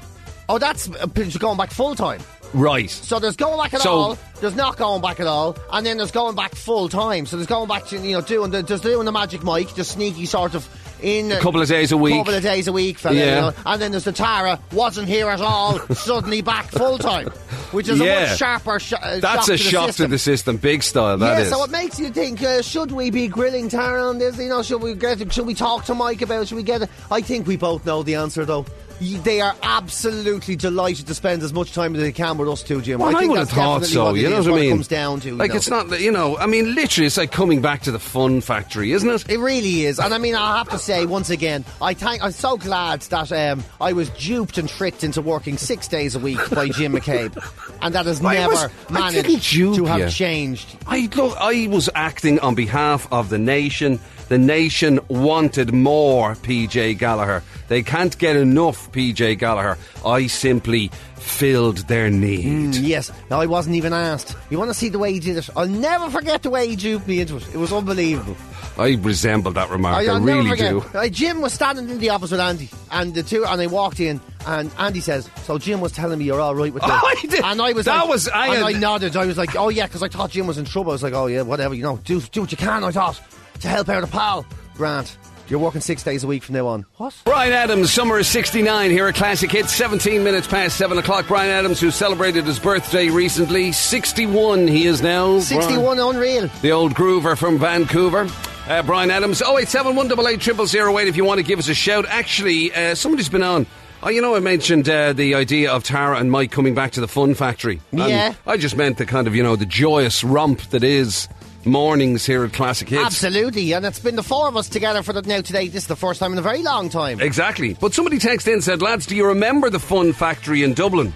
Speaker 2: oh, that's uh, going back full time.
Speaker 1: Right.
Speaker 2: So there's going back at
Speaker 1: So-
Speaker 2: all, there's not going back at all, and then there's going back full time. So there's going back to, you know, doing the, just doing the magic mic, the sneaky sort of. In a
Speaker 1: couple of days a week.
Speaker 2: couple of days a week, fella,
Speaker 1: Yeah.
Speaker 2: you know. and then there's the Tara wasn't here at all, suddenly back full time, which is
Speaker 1: Yeah.
Speaker 2: a much sharper. Sh- uh,
Speaker 1: That's a
Speaker 2: shock to
Speaker 1: shock
Speaker 2: system.
Speaker 1: to the system, big style. That
Speaker 2: yeah,
Speaker 1: is.
Speaker 2: so it makes you think: uh, should we be grilling Tara on this? You know, should we get? Should we talk to Mike about? it? Should we get? It? I think we both know the answer, though. Y- They are absolutely delighted to spend as much time as they can with us two, Jim.
Speaker 1: Well, I,
Speaker 2: I think
Speaker 1: would have
Speaker 2: that's
Speaker 1: thought
Speaker 2: definitely
Speaker 1: so.
Speaker 2: What it
Speaker 1: you know
Speaker 2: is,
Speaker 1: what I mean?
Speaker 2: It comes down to you
Speaker 1: like
Speaker 2: know.
Speaker 1: it's not. that- You know, I mean, literally, it's like coming back to the fun factory, isn't it?
Speaker 2: It really is, and I mean, I have to say once again, I thank. I'm so glad that um, I was duped and tricked into working six days a week by Jim McCabe, and that has
Speaker 1: I
Speaker 2: never
Speaker 1: was- I didn't
Speaker 2: managed
Speaker 1: dupe
Speaker 2: to have
Speaker 1: you.
Speaker 2: changed.
Speaker 1: I look, I was acting on behalf of the nation. The nation wanted more PJ Gallagher. They can't get enough PJ Gallagher. I simply filled their need.
Speaker 2: Yes, no, I wasn't even asked. You want to see the way he did it? I'll never forget the way he duped me into it. It was unbelievable.
Speaker 1: I resemble that remark. I,
Speaker 2: Hmm. I'll never
Speaker 1: really
Speaker 2: forget.
Speaker 1: do.
Speaker 2: Uh, Jim was standing in the office with Andy, and the two, and I walked in, and Andy says, "So Jim was telling me you're all right with that."
Speaker 1: I Oh, did-
Speaker 2: And I was
Speaker 1: that
Speaker 2: like-
Speaker 1: was- I
Speaker 2: and
Speaker 1: had-
Speaker 2: I nodded. I was like, "Oh yeah," because I thought Jim was in trouble. I was like, "Oh yeah, whatever, you know, do do what you can." I thought to help out a pal. Grant, you're working six days a week from now on. What?
Speaker 1: Brian Adams, summer of 69 here at Classic Hits, 17 minutes past 7 o'clock. Brian Adams, who celebrated his birthday recently, 61 he is now. Brian.
Speaker 2: Sixty-one, unreal.
Speaker 1: The old groover from Vancouver. Uh, Brian Adams, 087 188 if you want to give us a shout. Actually, uh, somebody's been on. Oh, you know, I mentioned uh, the idea of Tara and Mike coming back to the Fun Factory. And
Speaker 2: Yeah.
Speaker 1: I just meant the kind of, you know, the joyous romp that is mornings here at Classic Hits.
Speaker 2: Absolutely, and it's been the four of us together for the now today. This is the first time in a very long time.
Speaker 1: Exactly. But somebody texted in and said, lads, do you remember the Fun Factory in Dublin?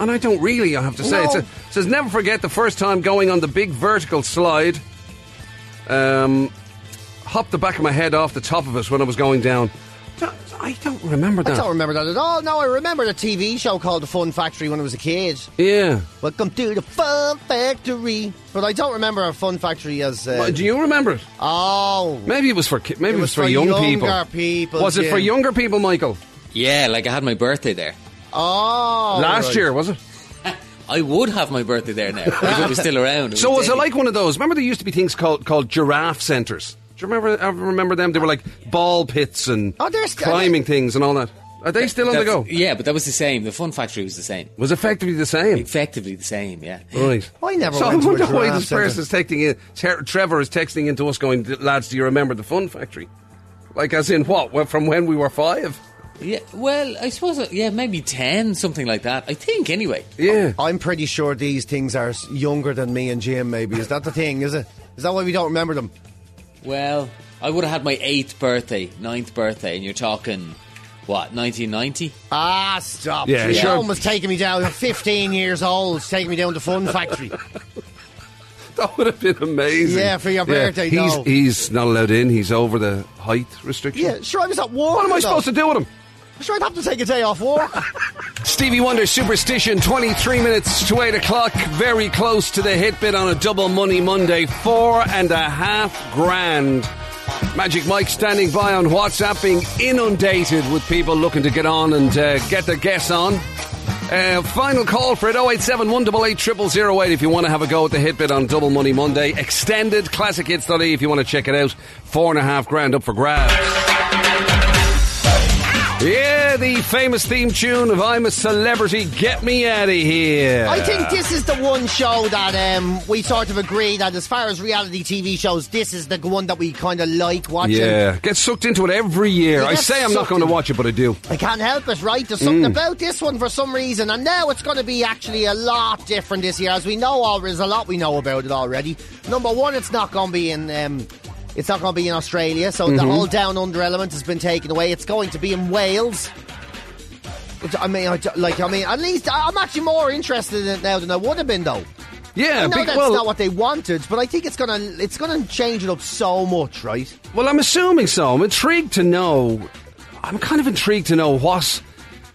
Speaker 1: And I don't really, I have to say. It
Speaker 2: No.
Speaker 1: sa- says, never forget the first time going on the big vertical slide. Um, hopped the back of my head off the top of it when I was going down. Don't- I don't remember that.
Speaker 2: I don't remember that at all. No, I remember the TV show called The Fun Factory when I was a kid.
Speaker 1: Yeah.
Speaker 2: Welcome to the Fun Factory. But I don't remember a Fun Factory as. Uh,
Speaker 1: Well, do you remember it?
Speaker 2: oh,
Speaker 1: Maybe it was for ki- maybe it was, for, young
Speaker 2: younger
Speaker 1: people.
Speaker 2: people,
Speaker 1: Was it for
Speaker 2: Jim.
Speaker 1: younger people, Michael?
Speaker 6: Yeah, like I had my birthday there.
Speaker 2: oh,
Speaker 1: Last
Speaker 2: right.
Speaker 1: year was it?
Speaker 6: I would have my birthday there now if it was still around.
Speaker 1: So
Speaker 6: would
Speaker 1: was it
Speaker 6: take-
Speaker 1: like one of those? Remember, there used to be things called called giraffe centers. Do you remember? I remember them. They were like ball pits and
Speaker 2: Oh, there's-
Speaker 1: climbing things and all that. Are they still on the
Speaker 6: That's-
Speaker 1: go?
Speaker 6: Yeah, but that was the same. The Fun Factory was the same.
Speaker 1: Was effectively the same.
Speaker 6: Effectively the same, yeah.
Speaker 1: Right.
Speaker 2: I never
Speaker 1: So
Speaker 2: went
Speaker 1: I
Speaker 2: to a
Speaker 1: wonder why
Speaker 2: giraffe
Speaker 1: this
Speaker 2: centre.
Speaker 1: person's texting in. Ter- Trevor is texting into us, going, "Lads, do you remember the Fun Factory? Like, as in what? Well, From when we were five?
Speaker 6: Yeah, well, I suppose, uh, yeah, maybe 10, something like that. I think, anyway.
Speaker 1: Yeah.
Speaker 2: I'm pretty sure these things are s- younger than me and Jim. Maybe is that the thing? Is it? Is that why we don't remember them?
Speaker 6: Well, I would have had my eighth birthday, ninth birthday, and you're talking, what, 1990?
Speaker 2: Ah, stop!
Speaker 1: Yeah,
Speaker 2: Your
Speaker 1: sure.
Speaker 2: mum was taking me down. I'm 15 years old, it's taking me down to Fun Factory.
Speaker 1: That would have been amazing.
Speaker 2: Yeah, for your birthday,
Speaker 1: He's
Speaker 2: no.
Speaker 1: he's not allowed in. He's over the height restriction.
Speaker 2: yeah, sure. I was at war.
Speaker 1: What am I supposed to do with him?
Speaker 2: Sure, I'd have to take a day off work.
Speaker 1: Stevie Wonder Superstition, 23 minutes to 8 o'clock, very close to the hit bit on a double money Monday, four and a half grand. Magic Mike standing by on WhatsApp, being inundated with people looking to get on and uh, get their guess on. Uh, final call for it 087 188 0008 if you want to have a go at the hit bit on Double Money Monday. Extended classic hits study if you want to check it out. Four and a half grand up for grabs. Yeah, the famous theme tune of I'm a Celebrity, Get Me Out of Here.
Speaker 2: I think this is the one show that um, we sort of agree that, as far as reality TV shows, this is the one that we kind of like watching.
Speaker 1: Yeah, get sucked into it every year.
Speaker 2: You
Speaker 1: I
Speaker 2: get
Speaker 1: say I'm not
Speaker 2: sucked
Speaker 1: going to
Speaker 2: in-
Speaker 1: watch it, but I do.
Speaker 2: I can't help it, right? There's something about this one for some reason, and now it's going to be actually a lot different this year. As we know, all there's a lot we know about it already. Number one, it's not going to be in. Um, it's not going to be in Australia, so the whole down under element has been taken away. It's going to be in Wales. Which, I mean, I, ju- like, I mean, at least I- I'm actually more interested in it now than I would have been, though.
Speaker 1: Yeah,
Speaker 2: I know
Speaker 1: big-
Speaker 2: that's
Speaker 1: well,
Speaker 2: not what they wanted, but I think it's gonna it's gonna change it up so much, right?
Speaker 1: well, I'm assuming so. I'm intrigued to know. I'm kind of intrigued to know what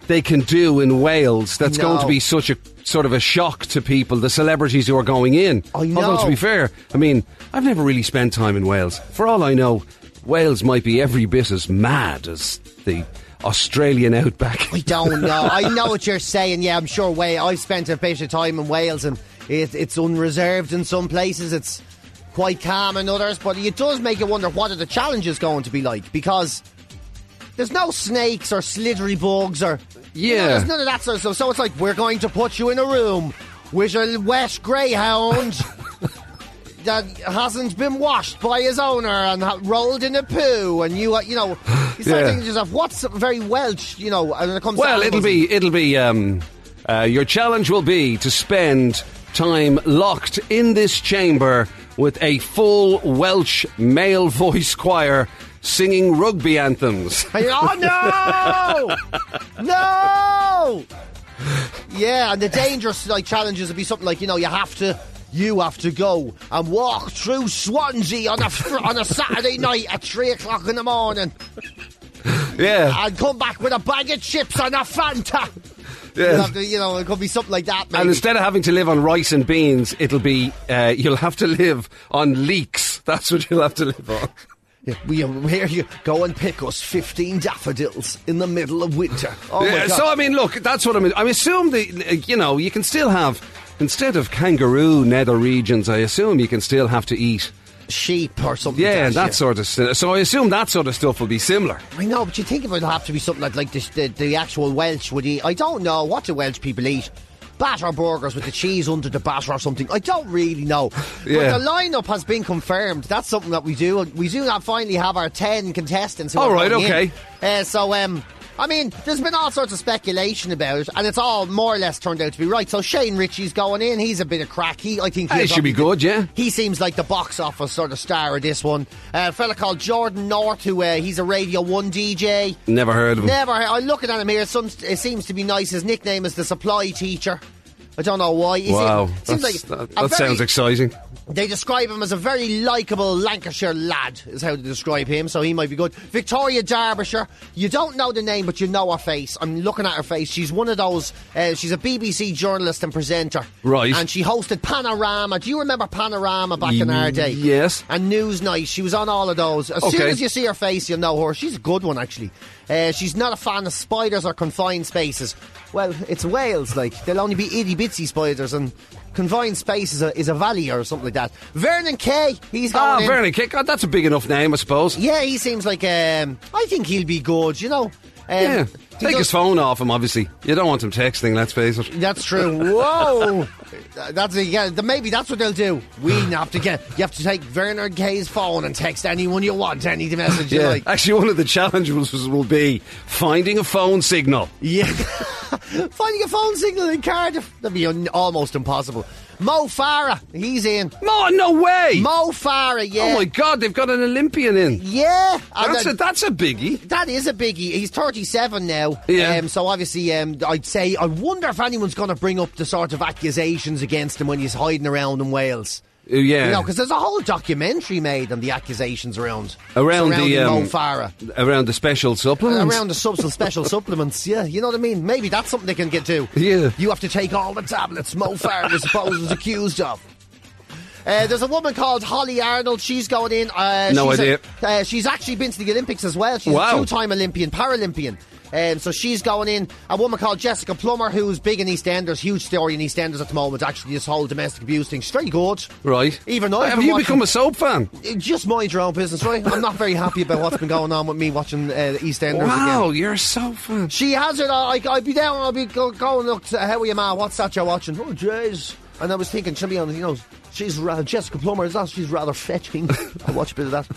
Speaker 1: they can do in Wales that's
Speaker 2: No.
Speaker 1: going to be such a sort of a shock to people, the celebrities who are going in.
Speaker 2: I know.
Speaker 1: Although, to be fair, I mean, I've never really spent time in Wales. For all I know, Wales might be every bit as mad as the Australian outback.
Speaker 2: I don't know. I know what you're saying. Yeah, I'm sure. Way I've spent a bit of time in Wales, and it, it's unreserved in some places. It's quite calm in others, but it does make you wonder what are the challenges going to be like because there's no snakes or slithery bugs or you know,
Speaker 1: Yeah.
Speaker 2: there's none of that sort of stuff. So it's like we're going to put you in a room with a wet greyhound. That hasn't been washed by his owner and ha- rolled in a poo, and you, uh, you know, you start
Speaker 1: Yeah.
Speaker 2: thinking to yourself, what's very Welsh, you know, uh, when it comes
Speaker 1: Well,
Speaker 2: to
Speaker 1: it'll
Speaker 2: animals
Speaker 1: be it'll be um, uh, your challenge will be to spend time locked in this chamber with a full Welsh male voice choir singing rugby anthems.
Speaker 2: And you're, oh no, no. Yeah, and the dangerous like challenges would be something like you know you have to you have to go and walk through Swansea on a fr- on a Saturday night at three o'clock in the morning
Speaker 1: Yeah,
Speaker 2: and come back with a bag of chips and a Fanta. You'll
Speaker 1: yeah.
Speaker 2: have to- you know, it could be something like that. Maybe.
Speaker 1: And instead of having to live on rice and beans, it'll be uh, you'll have to live on leeks. That's what you'll have to live on.
Speaker 2: Yeah, we here you go and pick us fifteen daffodils in the middle of winter. Oh
Speaker 1: yeah,
Speaker 2: my God.
Speaker 1: so I mean, look, that's what I mean. I assume the uh, you know you can still have instead of kangaroo nether regions. I assume you can still have to eat
Speaker 2: sheep or something.
Speaker 1: Yeah,
Speaker 2: like
Speaker 1: and that sort of stuff. So I assume that sort of stuff will be similar.
Speaker 2: I know, but you think it would have to be something like, like this, the, the actual Welsh would eat. I don't know what the Welsh people eat. batter burgers with the cheese under the batter or something. I don't really know.
Speaker 1: Yeah.
Speaker 2: But the lineup has been confirmed. That's something that we do. We do not finally have our 10 contestants. who
Speaker 1: All
Speaker 2: are
Speaker 1: right,
Speaker 2: going in.
Speaker 1: okay.
Speaker 2: Uh, so, um, I mean, there's been all sorts of speculation about it, and it's all more or less turned out to be right. So Shane Ritchie's going in. He's a bit of crack. He, I think,
Speaker 1: Hey,
Speaker 2: he
Speaker 1: should be good, yeah.
Speaker 2: He seems like the box office sort of star of this one. Uh, a fella called Jordan North, who uh, he's a Radio One DJ.
Speaker 1: Never heard of him.
Speaker 2: Never. heard- I'm looking at him here. Some, it seems to be nice. His nickname is the Supply Teacher. I don't know why. He's-
Speaker 1: Wow,
Speaker 2: it seems
Speaker 1: that's-
Speaker 2: like
Speaker 1: that,
Speaker 2: a
Speaker 1: that
Speaker 2: very- Oh,
Speaker 1: sounds exciting.
Speaker 2: they describe him as a very likeable Lancashire lad, is how they describe him, so he might be good. Victoria Derbyshire, you don't know the name, but you know her face. I'm looking at her face. She's one of those, uh, she's a BBC journalist and presenter.
Speaker 1: Right.
Speaker 2: And she hosted Panorama. Do you remember Panorama back in our day?
Speaker 1: Mm, yes.
Speaker 2: And Newsnight. She was on all of those. As soon
Speaker 1: Okay.
Speaker 2: as you see her face, you'll know her. She's a good one, actually. Uh, she's not a fan of spiders or confined spaces. Well, it's Wales, like. They'll only be itty bitsy spiders, and confined space is a, is a valley or something like that. Vernon Kay, he's
Speaker 1: Ah,
Speaker 2: going in.
Speaker 1: Vernon Kick. God, that's a big enough name, I suppose.
Speaker 2: Yeah, he seems like. Um, I think he'll be good, you know. Um,
Speaker 1: Yeah.
Speaker 2: he
Speaker 1: Take
Speaker 2: does-
Speaker 1: his phone off him, obviously. You don't want him texting, let's face it.
Speaker 2: That's true. Whoa, that's a, yeah. th- Maybe that's what they'll do. We have to get. You have to take Werner Kay's phone and text anyone you want, any message you
Speaker 1: Yeah.
Speaker 2: like.
Speaker 1: Actually, one of the challenges was- will be finding a phone signal.
Speaker 2: Yeah, finding a phone signal in Cardiff that'd be un- almost impossible. Mo Farah, he's in.
Speaker 1: No, no way!
Speaker 2: Mo Farah, yeah,
Speaker 1: Oh my God, they've got an Olympian in.
Speaker 2: yeah. and
Speaker 1: That's a,
Speaker 2: that-
Speaker 1: that's a biggie.
Speaker 2: that is a biggie. He's 37 now.
Speaker 1: Yeah.
Speaker 2: Um, so obviously, um, I'd say, I wonder if anyone's going to bring up the sort of accusations against him when he's hiding around in Wales.
Speaker 1: Uh, yeah.
Speaker 2: You know, because there's a whole documentary made on the accusations around
Speaker 1: Around the,
Speaker 2: surrounding Mo
Speaker 1: um,
Speaker 2: Farah.
Speaker 1: Around the special supplements.
Speaker 2: Around the substance, special supplements, yeah, you know what I mean. Maybe that's something they can get to.
Speaker 1: Yeah.
Speaker 2: you have to take all the tablets Mo Farah was supposed was accused of. Uh, there's a woman called Holly Arnold. She's going in. Uh,
Speaker 1: No
Speaker 2: she's a-
Speaker 1: idea.
Speaker 2: uh, she's actually been to the Olympics as well. She's
Speaker 1: Wow.
Speaker 2: a two-time Olympian, Paralympian. Um, so she's going in. A woman called Jessica Plummer, who's big in EastEnders, huge story in EastEnders at the moment. Actually, this whole domestic abuse thing, she's very good.
Speaker 1: Right.
Speaker 2: Even I
Speaker 1: Have you become a soap fan?
Speaker 2: just mind your own business, right? I'm not very happy about what's been going on with me watching uh, EastEnders again.
Speaker 1: Wow, you're a soap fan.
Speaker 2: She has it. I, I, I'd be down. I'll be go, going. Look, to- how are you, ma? What's that you're watching? Oh, jeez. And I was thinking, she'll be on. You know, she's rather Jessica Plummer. Is that she's rather fetching? I watch a bit of that.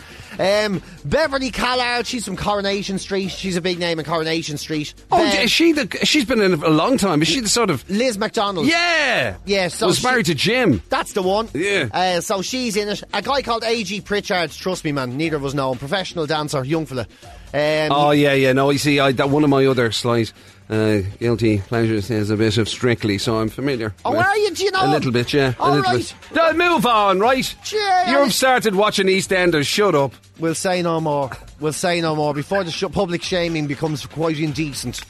Speaker 2: Um, Beverly Callard. She's from Coronation Street. She's a big name in Coronation Street.
Speaker 1: Oh,
Speaker 2: Bev-
Speaker 1: is she the, she's been in a long time. Is she the sort of.
Speaker 2: Liz McDonald.
Speaker 1: Yeah!
Speaker 2: Yeah, so
Speaker 1: Was
Speaker 2: she-
Speaker 1: married to Jim.
Speaker 2: That's the one.
Speaker 1: Yeah.
Speaker 2: Uh, so she's in it. A guy called A.G. Pritchard. Trust me, man. Neither of us know him. Professional dancer, young fella. Um,
Speaker 1: Oh yeah, yeah. No, you see, I, that one of my other slight uh, guilty pleasures is a bit of Strictly, so I'm familiar.
Speaker 2: Oh,
Speaker 1: with-
Speaker 2: are you? Do you know
Speaker 1: a
Speaker 2: him?
Speaker 1: little bit? Yeah, a
Speaker 2: All
Speaker 1: little
Speaker 2: right.
Speaker 1: bit. No, move on, right?
Speaker 2: Yeah, I-
Speaker 1: You've started watching EastEnders. Shut up.
Speaker 2: We'll say no more. We'll say no more before the sh- public shaming becomes quite indecent.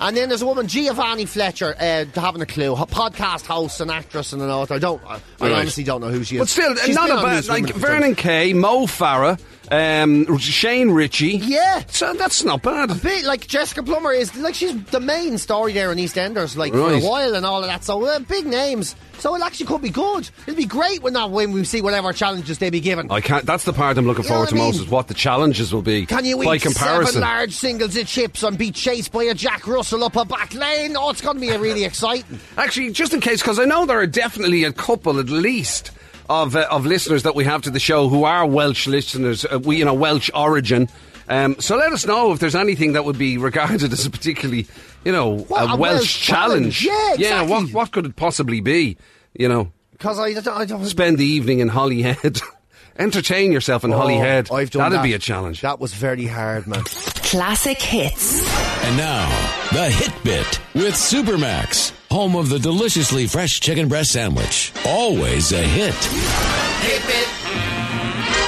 Speaker 2: And then there's a woman, Giovanni Fletcher, uh, having a clue, a podcast host, an actress, and an author. I don't, I, I
Speaker 1: Right.
Speaker 2: honestly don't know who she is.
Speaker 1: But still,
Speaker 2: She's
Speaker 1: not
Speaker 2: been
Speaker 1: a
Speaker 2: on
Speaker 1: bad.
Speaker 2: Newsroom a
Speaker 1: Like
Speaker 2: few
Speaker 1: Vernon
Speaker 2: times.
Speaker 1: Kay, Mo Farah, um, Shane Ritchie.
Speaker 2: Yeah.
Speaker 1: so that's not bad.
Speaker 2: Bit like Jessica Plummer is like she's the main story there in EastEnders, like
Speaker 1: Right.
Speaker 2: for a while and all of that. So uh, big names. So it actually could be good. It'll be great when that when we see whatever challenges they be given.
Speaker 1: I can't. That's the part I'm looking
Speaker 2: You know
Speaker 1: forward
Speaker 2: what
Speaker 1: to
Speaker 2: I mean?
Speaker 1: most. Is what the challenges will be.
Speaker 2: Can you
Speaker 1: by
Speaker 2: eat
Speaker 1: comparison?
Speaker 2: seven large singles of chips and be chased by a Jack Russell up a back lane? Oh, it's going to be really exciting.
Speaker 1: Actually, just in case, because I know there are definitely a couple, at least, of uh, of listeners that we have to the show who are Welsh listeners. Uh, we, you know, Welsh origin. Um, so let us know if there's anything that would be regarded as a particularly, you know,
Speaker 2: What,
Speaker 1: a,
Speaker 2: a
Speaker 1: Welsh,
Speaker 2: Welsh
Speaker 1: challenge.
Speaker 2: challenge. Yeah,
Speaker 1: yeah. What
Speaker 2: exactly.
Speaker 1: what could it possibly be? You know,
Speaker 2: Because I, don't- I don't.
Speaker 1: spend the evening in Holyhead, entertain yourself in Holyhead.
Speaker 2: Oh, I've done
Speaker 1: That'd
Speaker 2: that.
Speaker 1: be a challenge.
Speaker 2: That was very hard, man.
Speaker 7: Classic hits.
Speaker 8: And now, the Hit Bit with Supermax, home of the deliciously fresh chicken breast sandwich. Always a hit.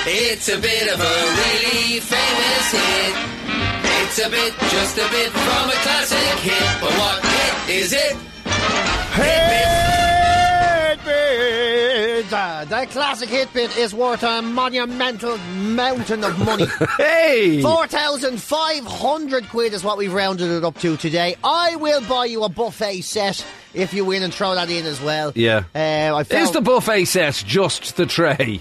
Speaker 9: It's a bit of a really famous hit. It's a bit, just a bit from a classic hit. But what hit is it?
Speaker 2: Uh, the classic hit bit is worth a monumental mountain of money.
Speaker 1: Hey,
Speaker 2: 4,500 quid is what we've rounded it up to today. I will buy you a buffet set if you win and throw that in as well.
Speaker 1: Yeah.
Speaker 2: Uh, I
Speaker 1: is
Speaker 2: found-
Speaker 1: the buffet set just the tray?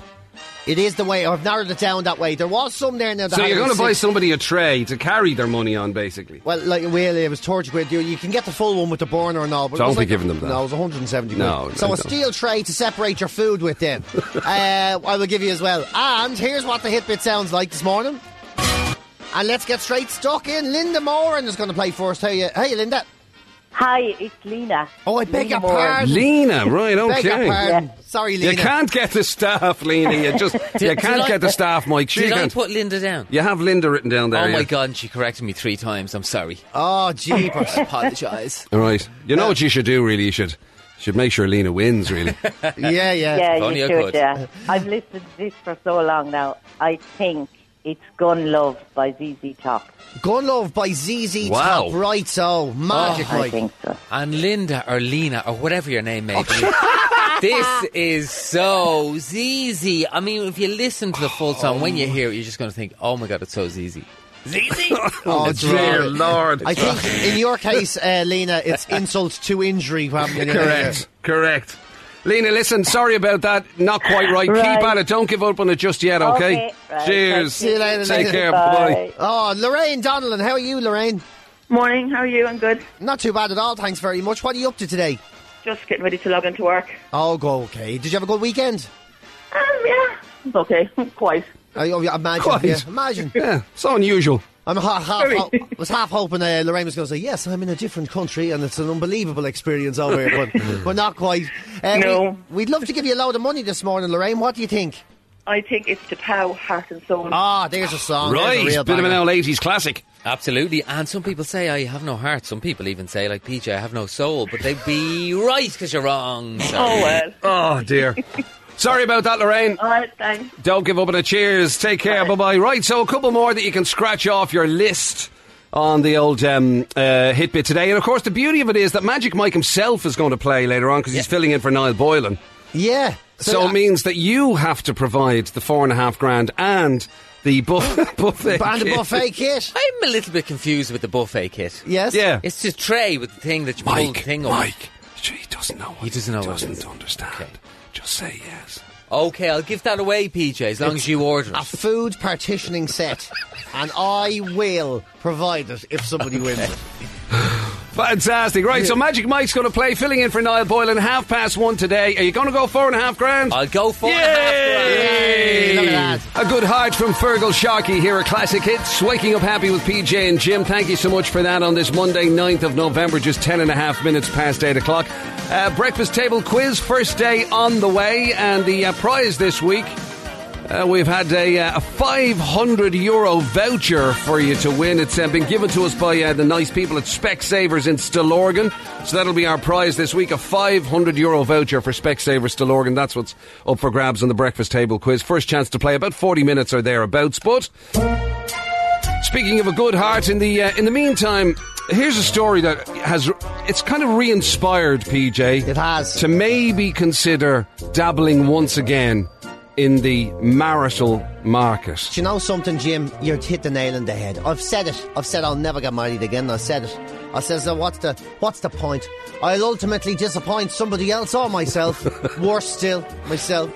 Speaker 2: It is the way. I've narrowed it down that way. There was some there now. That
Speaker 1: So
Speaker 2: had
Speaker 1: you're
Speaker 2: it
Speaker 1: going to buy
Speaker 2: six-
Speaker 1: somebody a tray to carry their money on, basically.
Speaker 2: Well, like really, it was torture quid. You, you can get the full one with the burner and all, but it
Speaker 1: Don't
Speaker 2: was
Speaker 1: be
Speaker 2: like-
Speaker 1: giving them that.
Speaker 2: No, it was 170. quid.
Speaker 1: No,
Speaker 2: so
Speaker 1: no,
Speaker 2: a
Speaker 1: no.
Speaker 2: steel tray to separate your food with. Then uh, I will give you as well. And here's what the hit bit sounds like this morning. And let's get straight stuck in. Linda Moran is going to play for us. Hey, uh, hey, Linda.
Speaker 10: Hi, it's Lena.
Speaker 2: Oh, I beg your pardon.
Speaker 1: Lena, right?
Speaker 2: Beg your
Speaker 1: Okay.
Speaker 2: pardon. Sorry, Lena.
Speaker 1: You can't get the staff, Lena. You just you
Speaker 6: Did- did
Speaker 1: can't
Speaker 6: I-
Speaker 1: get the staff, Mike. Sure
Speaker 6: Did
Speaker 1: you
Speaker 6: I
Speaker 1: can't.
Speaker 6: put Linda down?
Speaker 1: You have Linda written down there.
Speaker 6: oh my
Speaker 1: yeah.
Speaker 6: god, she corrected me three times. I'm sorry.
Speaker 2: Oh, jeepers.
Speaker 6: I apologise.
Speaker 1: All right. You know what you should do, really? You should should make sure Lena wins, really.
Speaker 2: yeah, yeah.
Speaker 10: Yeah,
Speaker 6: Only
Speaker 10: you
Speaker 6: I
Speaker 10: should.
Speaker 6: could.
Speaker 10: Yeah, I've listened to this for so long now. I think it's Gun Love by ZZ Top.
Speaker 2: Gun Love by ZZ
Speaker 6: Wow.
Speaker 2: Top. Right,
Speaker 1: Oh,
Speaker 2: so magic,
Speaker 10: I
Speaker 2: Mike.
Speaker 10: think so.
Speaker 6: And Linda or Lena or whatever your name may be. this is so ZZ. I mean, if you listen to the full song, when you hear it, you're just going to think, oh my god, it's so ZZ. ZZ?
Speaker 2: Oh,
Speaker 1: Dear
Speaker 2: dear.
Speaker 1: Lord.
Speaker 2: I think in your case, uh, Lena, it's insult to injury. Happening
Speaker 1: Correct. Correct. Lena, listen, sorry about that. Not quite right.
Speaker 10: Right.
Speaker 1: Keep at it. Don't give up on it just yet, okay?
Speaker 10: Okay, right.
Speaker 1: Cheers.
Speaker 10: See
Speaker 2: you later,
Speaker 1: Take
Speaker 2: Lena.
Speaker 1: care.
Speaker 10: Bye.
Speaker 1: Bye.
Speaker 2: Oh, Lorraine Donnellan, how are you, Lorraine?
Speaker 11: Morning, how are you? I'm good.
Speaker 2: Not too bad at all, thanks very much. What are you up to today?
Speaker 11: Just getting ready to log into work.
Speaker 2: Oh, go okay. Did you have a good weekend?
Speaker 11: Um, yeah, it's okay. Quite.
Speaker 2: I oh, yeah, imagine,
Speaker 1: Quite.
Speaker 2: yeah, imagine.
Speaker 1: Yeah, so unusual.
Speaker 2: I'm half, half,
Speaker 11: Very.
Speaker 2: I was half hoping uh, Lorraine was going to say yes. I'm in a different country and it's an unbelievable experience over here, but but not quite. Uh,
Speaker 11: No.
Speaker 2: we, would love to give you a load of money this morning, Lorraine. What do you think?
Speaker 11: I think it's the POW Heart and Soul.
Speaker 2: Ah, there's a song. there's
Speaker 1: right.
Speaker 2: a real
Speaker 1: Bit of an
Speaker 2: banger.
Speaker 1: old 80s classic.
Speaker 6: Absolutely. And some people say, I have no heart. Some people even say, like PJ, I have no soul. But they'd be right because you're wrong.
Speaker 11: oh, well.
Speaker 1: Oh, dear. sorry about that, Lorraine.
Speaker 11: All right, thanks.
Speaker 1: Don't give up on it. Cheers. Take care. Bye bye. Right, so a couple more that you can scratch off your list on the old um, uh, hit bit today. And of course, the beauty of it is that Magic Mike himself is going to play later on because he's filling in for Niall Boylan.
Speaker 2: Yeah.
Speaker 1: So, it means that you have to provide the four and a half grand and the buff- buffet.
Speaker 2: And a
Speaker 1: kit.
Speaker 2: buffet kit.
Speaker 6: I'm a little bit confused with the buffet kit.
Speaker 2: Yes.
Speaker 1: Yeah.
Speaker 6: It's just tray with the thing that you pull the
Speaker 1: Mike.
Speaker 6: thing up.
Speaker 1: Mike. He doesn't know. What
Speaker 6: He doesn't know what it
Speaker 1: doesn't
Speaker 6: is.
Speaker 1: understand. Just say yes.
Speaker 6: Okay, I'll give that away, PJ, as long as you order
Speaker 2: a
Speaker 6: it.
Speaker 2: food partitioning set, and I will provide it if somebody wins it.
Speaker 1: Fantastic. Right, so Magic Mike's going to play, filling in for Niall Boylan, half past one today. Are you going to go four and a half grand?
Speaker 6: I'll go for
Speaker 1: Yay!
Speaker 6: it.
Speaker 2: Look at
Speaker 1: A good heart from Fergal Sharkey here at Classic Hits. Waking up happy with PJ and Jim. Thank you so much for that on this Monday, 9th of November, just 10 and a half minutes past 8 o'clock. Uh, breakfast table quiz, first day on the way, and the uh, prize this week. Uh, we've had a, uh, a 500 euro voucher for you to win. It's uh, been given to us by uh, the nice people at Specsavers in Stillorgan. So that'll be our prize this week a 500 euro voucher for Specsavers Stillorgan. That's what's up for grabs on the breakfast table quiz. First chance to play about 40 minutes or thereabouts. But speaking of a good heart, in the, uh, in the meantime, here's a story that has. It's kind of re inspired PJ.
Speaker 2: It has.
Speaker 1: To maybe consider dabbling once again in the marital market.
Speaker 2: Do you know something, Jim? You'd hit the nail on the head. I've said it. I've said I'll never get married again. I said it. I said, so what's the what's the point? I'll ultimately disappoint somebody else or myself. Worse still, myself.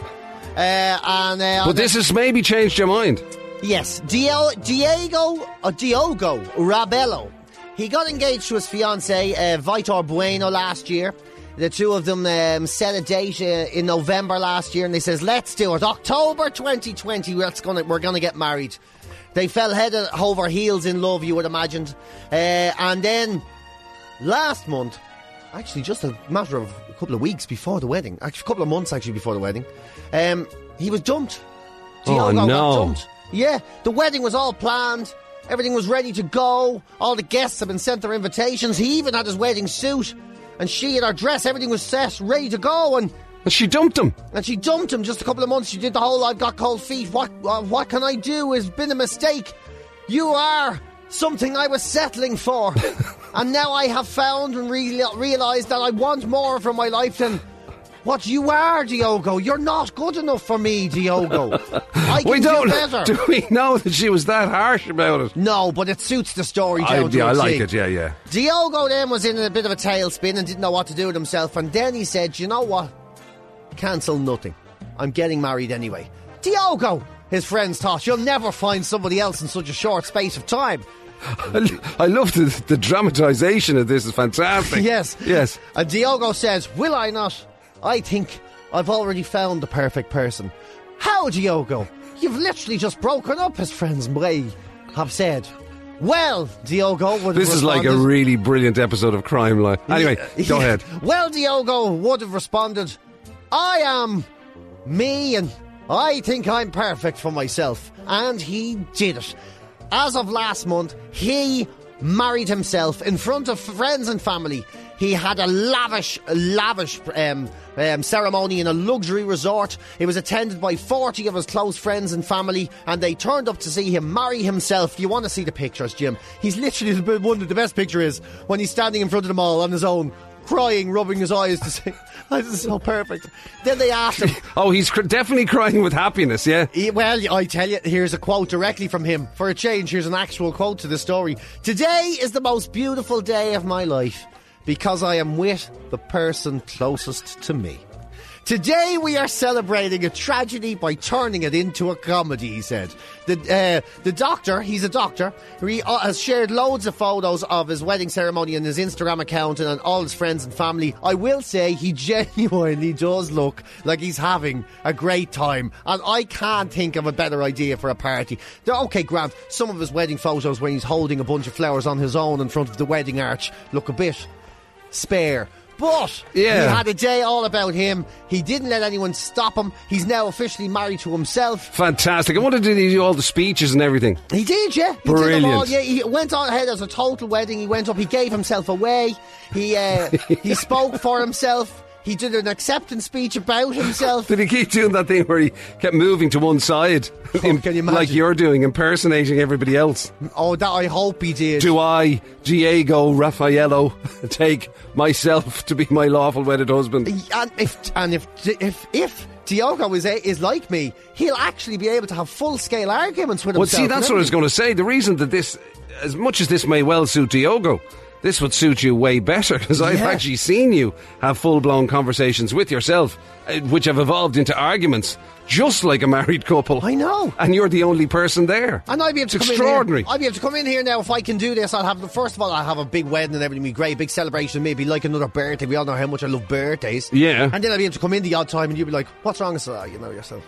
Speaker 2: Uh, and uh,
Speaker 1: But this has maybe changed your mind.
Speaker 2: Yes, Dio- Diego uh, Diogo Rabello. He got engaged to his fiancee uh, Vitor Bueno last year. The two of them um, set a date uh, in November last year, and they says, "Let's do it, October 2020. That's gonna, we're going to get married." They fell head uh, over heels in love, you would imagine, uh, and then last month, actually just a matter of a couple of weeks before the wedding, actually a couple of months actually before the wedding, um, he was dumped. Diogo
Speaker 1: Oh,
Speaker 2: got
Speaker 1: no.
Speaker 2: dumped. Yeah, the wedding was all planned. Everything was ready to go. All the guests have been sent their invitations. He even had his wedding suit, and she in her dress. Everything was set, ready to go, and
Speaker 1: And she dumped him.
Speaker 2: and she dumped him just a couple of months. She did the whole "I've got cold feet. What uh, what can I do? It's been a mistake. You are something I was settling for, and now I have found and re- realized that I want more from my life than." What you are, Diogo? You're not good enough for me, Diogo. I can
Speaker 1: We don't.
Speaker 2: do better.
Speaker 1: Do we know that she was that harsh about it?
Speaker 2: No, but it suits the story.
Speaker 1: I,
Speaker 2: down to
Speaker 1: yeah, I
Speaker 2: a
Speaker 1: like
Speaker 2: T.
Speaker 1: it. Yeah, yeah.
Speaker 2: Diogo then was in a bit of a tailspin and didn't know what to do with himself. And then he said, "You know what? Cancel nothing. I'm getting married anyway." Diogo, his friends thought, you'll never find somebody else in such a short space of time.
Speaker 1: I love the, the dramatization of this. is fantastic.
Speaker 2: yes.
Speaker 1: Yes.
Speaker 2: And Diogo says, Will I not? I think I've already found the perfect person. How, Diogo? You've literally just broken up, his friends may have said. Well, Diogo would have
Speaker 1: This is like a
Speaker 2: responded-
Speaker 1: really brilliant episode of Crime Line. Anyway, go
Speaker 2: Yeah.
Speaker 1: ahead.
Speaker 2: Well, Diogo would have responded, I am me and I think I'm perfect for myself. And he did it. As of last month, he married himself in front of friends and family. He had a lavish, lavish um, um, ceremony in a luxury resort. It was attended by 40 of his close friends and family, and they turned up to see him marry himself. You want to see the pictures, Jim? He's literally the bit- one of the best picture is when he's standing in front of them all on his own, crying, rubbing his eyes to say, "This is so perfect." Then they asked him,
Speaker 1: Oh, he's cr- definitely crying with happiness, yeah?
Speaker 2: He- Well, I tell you, here's a quote directly from him. For a change, here's an actual quote to the story. Today is the most beautiful day of my life because I am with the person closest to me. Today we are celebrating a tragedy by turning it into a comedy, he said. The, uh, the doctor, he's a doctor, he uh, has shared loads of photos of his wedding ceremony on his Instagram account and on all his friends and family. I will say he genuinely does look like he's having a great time, and I can't think of a better idea for a party. They're okay, Grant, some of his wedding photos when he's holding a bunch of flowers on his own in front of the wedding arch look a bit spare. But
Speaker 1: Yeah.
Speaker 2: he had a day all about him. He didn't let anyone stop him. He's now officially married to himself.
Speaker 1: Fantastic. I wonder did he do all the speeches and everything?
Speaker 2: He did, yeah. He Did them all.
Speaker 1: Brilliant.
Speaker 2: Yeah, he went on ahead as a total wedding. He went up. He gave himself away. He uh, he spoke for himself. He did an acceptance speech about himself.
Speaker 1: Did he keep doing that thing where he kept moving to one side? Can you Like you're doing, impersonating everybody else.
Speaker 2: Oh, that I hope he did.
Speaker 1: Do I, Diego Raffaello, take myself to be my lawful wedded husband?
Speaker 2: And if and if if if Diogo is a, is like me, he'll actually be able to have full scale arguments with
Speaker 1: Well,
Speaker 2: himself.
Speaker 1: see, that's what I was going to say. The reason that this, as much as this may well suit Diogo, this would suit you way better because I've
Speaker 2: Yeah.
Speaker 1: actually seen you have full blown conversations with yourself, eh, which have evolved into arguments, just like a married couple. I
Speaker 2: know.
Speaker 1: And you're the only person there.
Speaker 2: And I'd be able
Speaker 1: It's
Speaker 2: to come
Speaker 1: extraordinary.
Speaker 2: In here. I'd be able to come in here now if I can do this. I'll have the first of all, I'll have a big wedding and everything. Be great, big celebration, maybe like another birthday. We all know how much I love birthdays.
Speaker 1: Yeah.
Speaker 2: And then I'd be able to come in the odd time, and you'd be like, "What's wrong?" So you know yourself.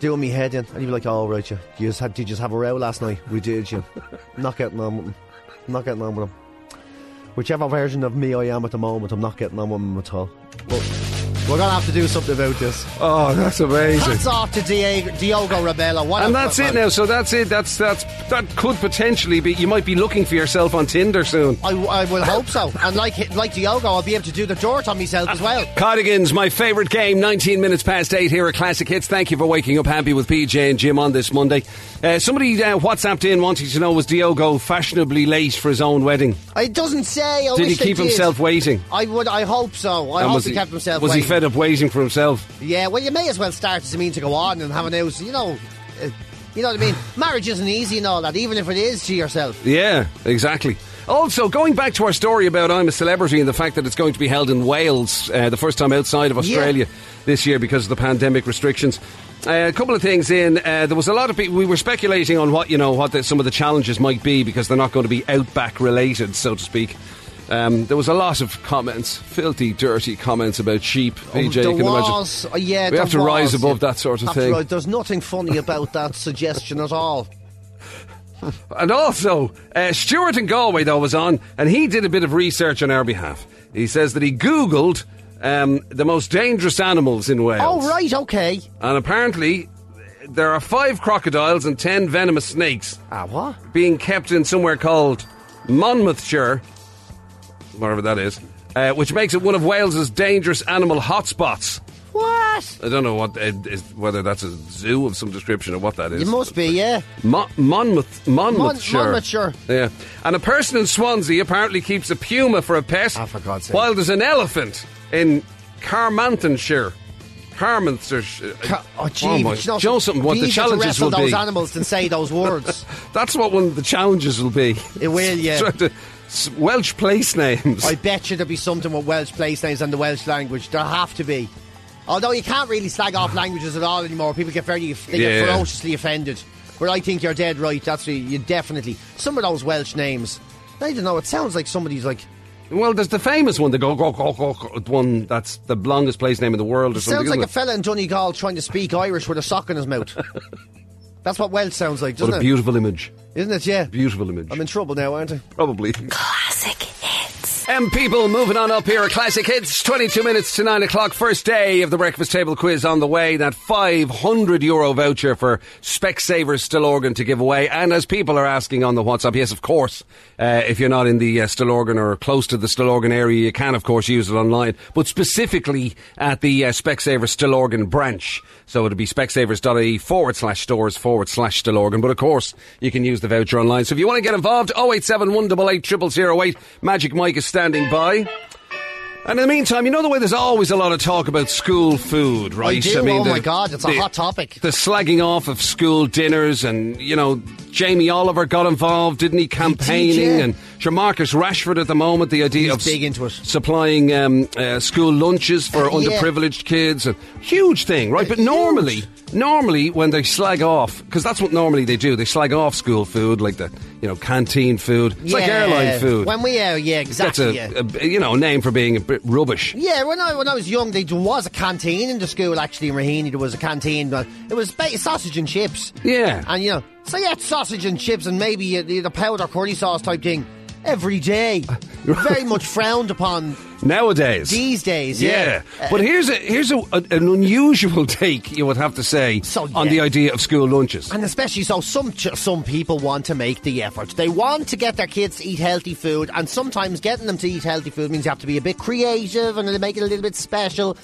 Speaker 2: Doing me head in, and you'd be like, "Oh right, you, you just had, did you just have a row last night? We did, you. not getting on with them. Not getting on with them. Whichever version of me I am at the moment, I'm not getting on with them at all. But we're gonna have to do something about this.
Speaker 1: Oh, that's amazing.
Speaker 2: Hats off to Diego, Diogo Rebella. What
Speaker 1: and
Speaker 2: a-
Speaker 1: that's it now. So that's it. That's that's that could potentially be. You might be looking for yourself on Tinder soon.
Speaker 2: I, I will hope so. And like like Diogo, I'll be able to do the dirt on myself as well.
Speaker 1: Cardigans, my favourite game. 19 minutes past 8 here at Classic Hits. Thank you for waking up happy with PJ and Jim on this Monday. Uh, somebody uh, WhatsApped in wanting to know was Diogo fashionably late for his own wedding?
Speaker 2: It doesn't say. I
Speaker 1: did he
Speaker 2: wish they
Speaker 1: keep himself waiting?
Speaker 2: I would. I hope so. I
Speaker 1: And
Speaker 2: hope
Speaker 1: was
Speaker 2: he, kept himself.
Speaker 1: Was he
Speaker 2: waiting.
Speaker 1: fed up waiting for himself?
Speaker 2: Yeah. Well, you may as well start as you mean to go on and have an house. You know. Uh, you know what I mean? Marriage isn't easy and all that, even if it is to yourself.
Speaker 1: Yeah, exactly. Also, going back to our story about I'm a Celebrity and the fact that it's going to be held in Wales, uh, the first time outside of Australia this year because of the pandemic restrictions. Uh, a couple of things in. Uh, there was a lot of people. We were speculating on what you know what the, some of the challenges might be because they're not going to be outback related, so to speak. Um, there was a lot of comments, filthy, dirty comments about sheep. PJ,
Speaker 2: there
Speaker 1: you can
Speaker 2: was, uh,
Speaker 1: imagine.
Speaker 2: yeah,
Speaker 1: we
Speaker 2: there
Speaker 1: have to
Speaker 2: was,
Speaker 1: rise
Speaker 2: yeah.
Speaker 1: above that sort of
Speaker 2: After
Speaker 1: thing.
Speaker 2: all, there's nothing funny about that suggestion at all.
Speaker 1: And also, uh, Stuart in Galway, though, was on, and he did a bit of research on our behalf. He says that he Googled um, the most dangerous animals in Wales.
Speaker 2: Oh, right, okay.
Speaker 1: And apparently, there are five crocodiles and ten venomous snakes.
Speaker 2: Ah, what?
Speaker 1: Being kept in somewhere called Monmouthshire, wherever that is, uh, which makes it one of Wales's dangerous animal hotspots.
Speaker 2: What?
Speaker 1: I don't know what uh, is, whether that's a zoo of some description or what that is.
Speaker 2: You must be, yeah.
Speaker 1: Mon- Monmouth, Monmouthshire.
Speaker 2: Monmouthshire.
Speaker 1: Yeah. And a person in Swansea apparently keeps a puma for a pet. Oh, for God's
Speaker 2: Ah, sake.
Speaker 1: While there's an elephant in Carmarthenshire. Carmarthenshire. uh,
Speaker 2: Oh, gee,
Speaker 1: my-
Speaker 2: but you know,
Speaker 1: do you know something? What
Speaker 2: it'd be
Speaker 1: the
Speaker 2: easier to
Speaker 1: challenges
Speaker 2: wrestle
Speaker 1: will
Speaker 2: those
Speaker 1: be.
Speaker 2: animals than say those words.
Speaker 1: That's what one of the challenges will be.
Speaker 2: It will, yeah.
Speaker 1: Try to- s- Welsh place names.
Speaker 2: I bet you there'll be something with Welsh place names and the Welsh language. There have to be. Although you can't really slag off languages at all anymore. People get very they
Speaker 1: Yeah.
Speaker 2: get ferociously offended. Where I think you're dead right. That's what you definitely. Some of those Welsh names. I don't know. It sounds like somebody's like.
Speaker 1: Well, there's the famous one, the go go go go go- one. That's the longest place name in the world. Or
Speaker 2: It
Speaker 1: something,
Speaker 2: sounds like a
Speaker 1: isn't
Speaker 2: fella in Donegal trying to speak Irish with a sock in his mouth. That's what Welsh sounds like,
Speaker 1: it?
Speaker 2: doesn't
Speaker 1: What a
Speaker 2: it?
Speaker 1: beautiful image!
Speaker 2: Isn't it? Yeah.
Speaker 1: Beautiful image.
Speaker 2: I'm in trouble now, aren't I?
Speaker 1: Probably. Classic hits. And people moving on up here. Classic hits. 22 minutes to 9 o'clock. First day of the breakfast table quiz on the way. That 500 euro voucher for Specsavers Stillorgan to give away. And as people are asking on the WhatsApp, yes, of course, uh, if you're not in the uh, Stillorgan or close to the Stillorgan area, you can, of course, use it online. But specifically at the uh, Specsavers Stillorgan branch. So it'll be specsavers.ie forward slash stores forward slash Stillorgan. But of course, you can use the voucher online. So if you want to get involved, 087 188 0008. Magic Mike is standing by. And in the meantime, you know the way there's always a lot of talk about school food, right?
Speaker 2: I do. oh
Speaker 1: the-
Speaker 2: my god, it's a
Speaker 1: the-
Speaker 2: hot topic.
Speaker 1: The slagging off of school dinners, and you know, Jamie Oliver got involved, didn't he? Campaigning,
Speaker 2: yeah.
Speaker 1: and sure, Marcus Rashford at the moment, the idea of
Speaker 2: big
Speaker 1: into it. supplying um, uh, school lunches for
Speaker 2: Uh, yeah.
Speaker 1: underprivileged kids, and huge thing, right? But normally, normally when they slag off, because that's what normally they do, they slag off school food, like the you know canteen food, it's like airline food.
Speaker 2: When we uh, yeah,
Speaker 1: that's
Speaker 2: exactly.
Speaker 1: a,
Speaker 2: yeah.
Speaker 1: a- you know name for being a bit rubbish.
Speaker 2: Yeah, when I when I was young, there was a canteen in the school. Actually, in Raheny, there was a canteen. But it was ba- sausage and chips.
Speaker 1: Yeah,
Speaker 2: and you know, so yeah, sausage and chips, and maybe uh, the, the powder curry sauce type thing every day. Very much frowned upon
Speaker 1: Nowadays,
Speaker 2: these days.
Speaker 1: Yeah,
Speaker 2: Yeah, Uh,
Speaker 1: but here's a here's a, a- an unusual take you would have to say on
Speaker 2: yeah.
Speaker 1: the idea of school lunches.
Speaker 2: And especially so, some ch- some people want to make the effort. They want to get their kids to eat healthy food, and sometimes getting them to eat healthy food means you have to be a bit creative and make it a little bit special.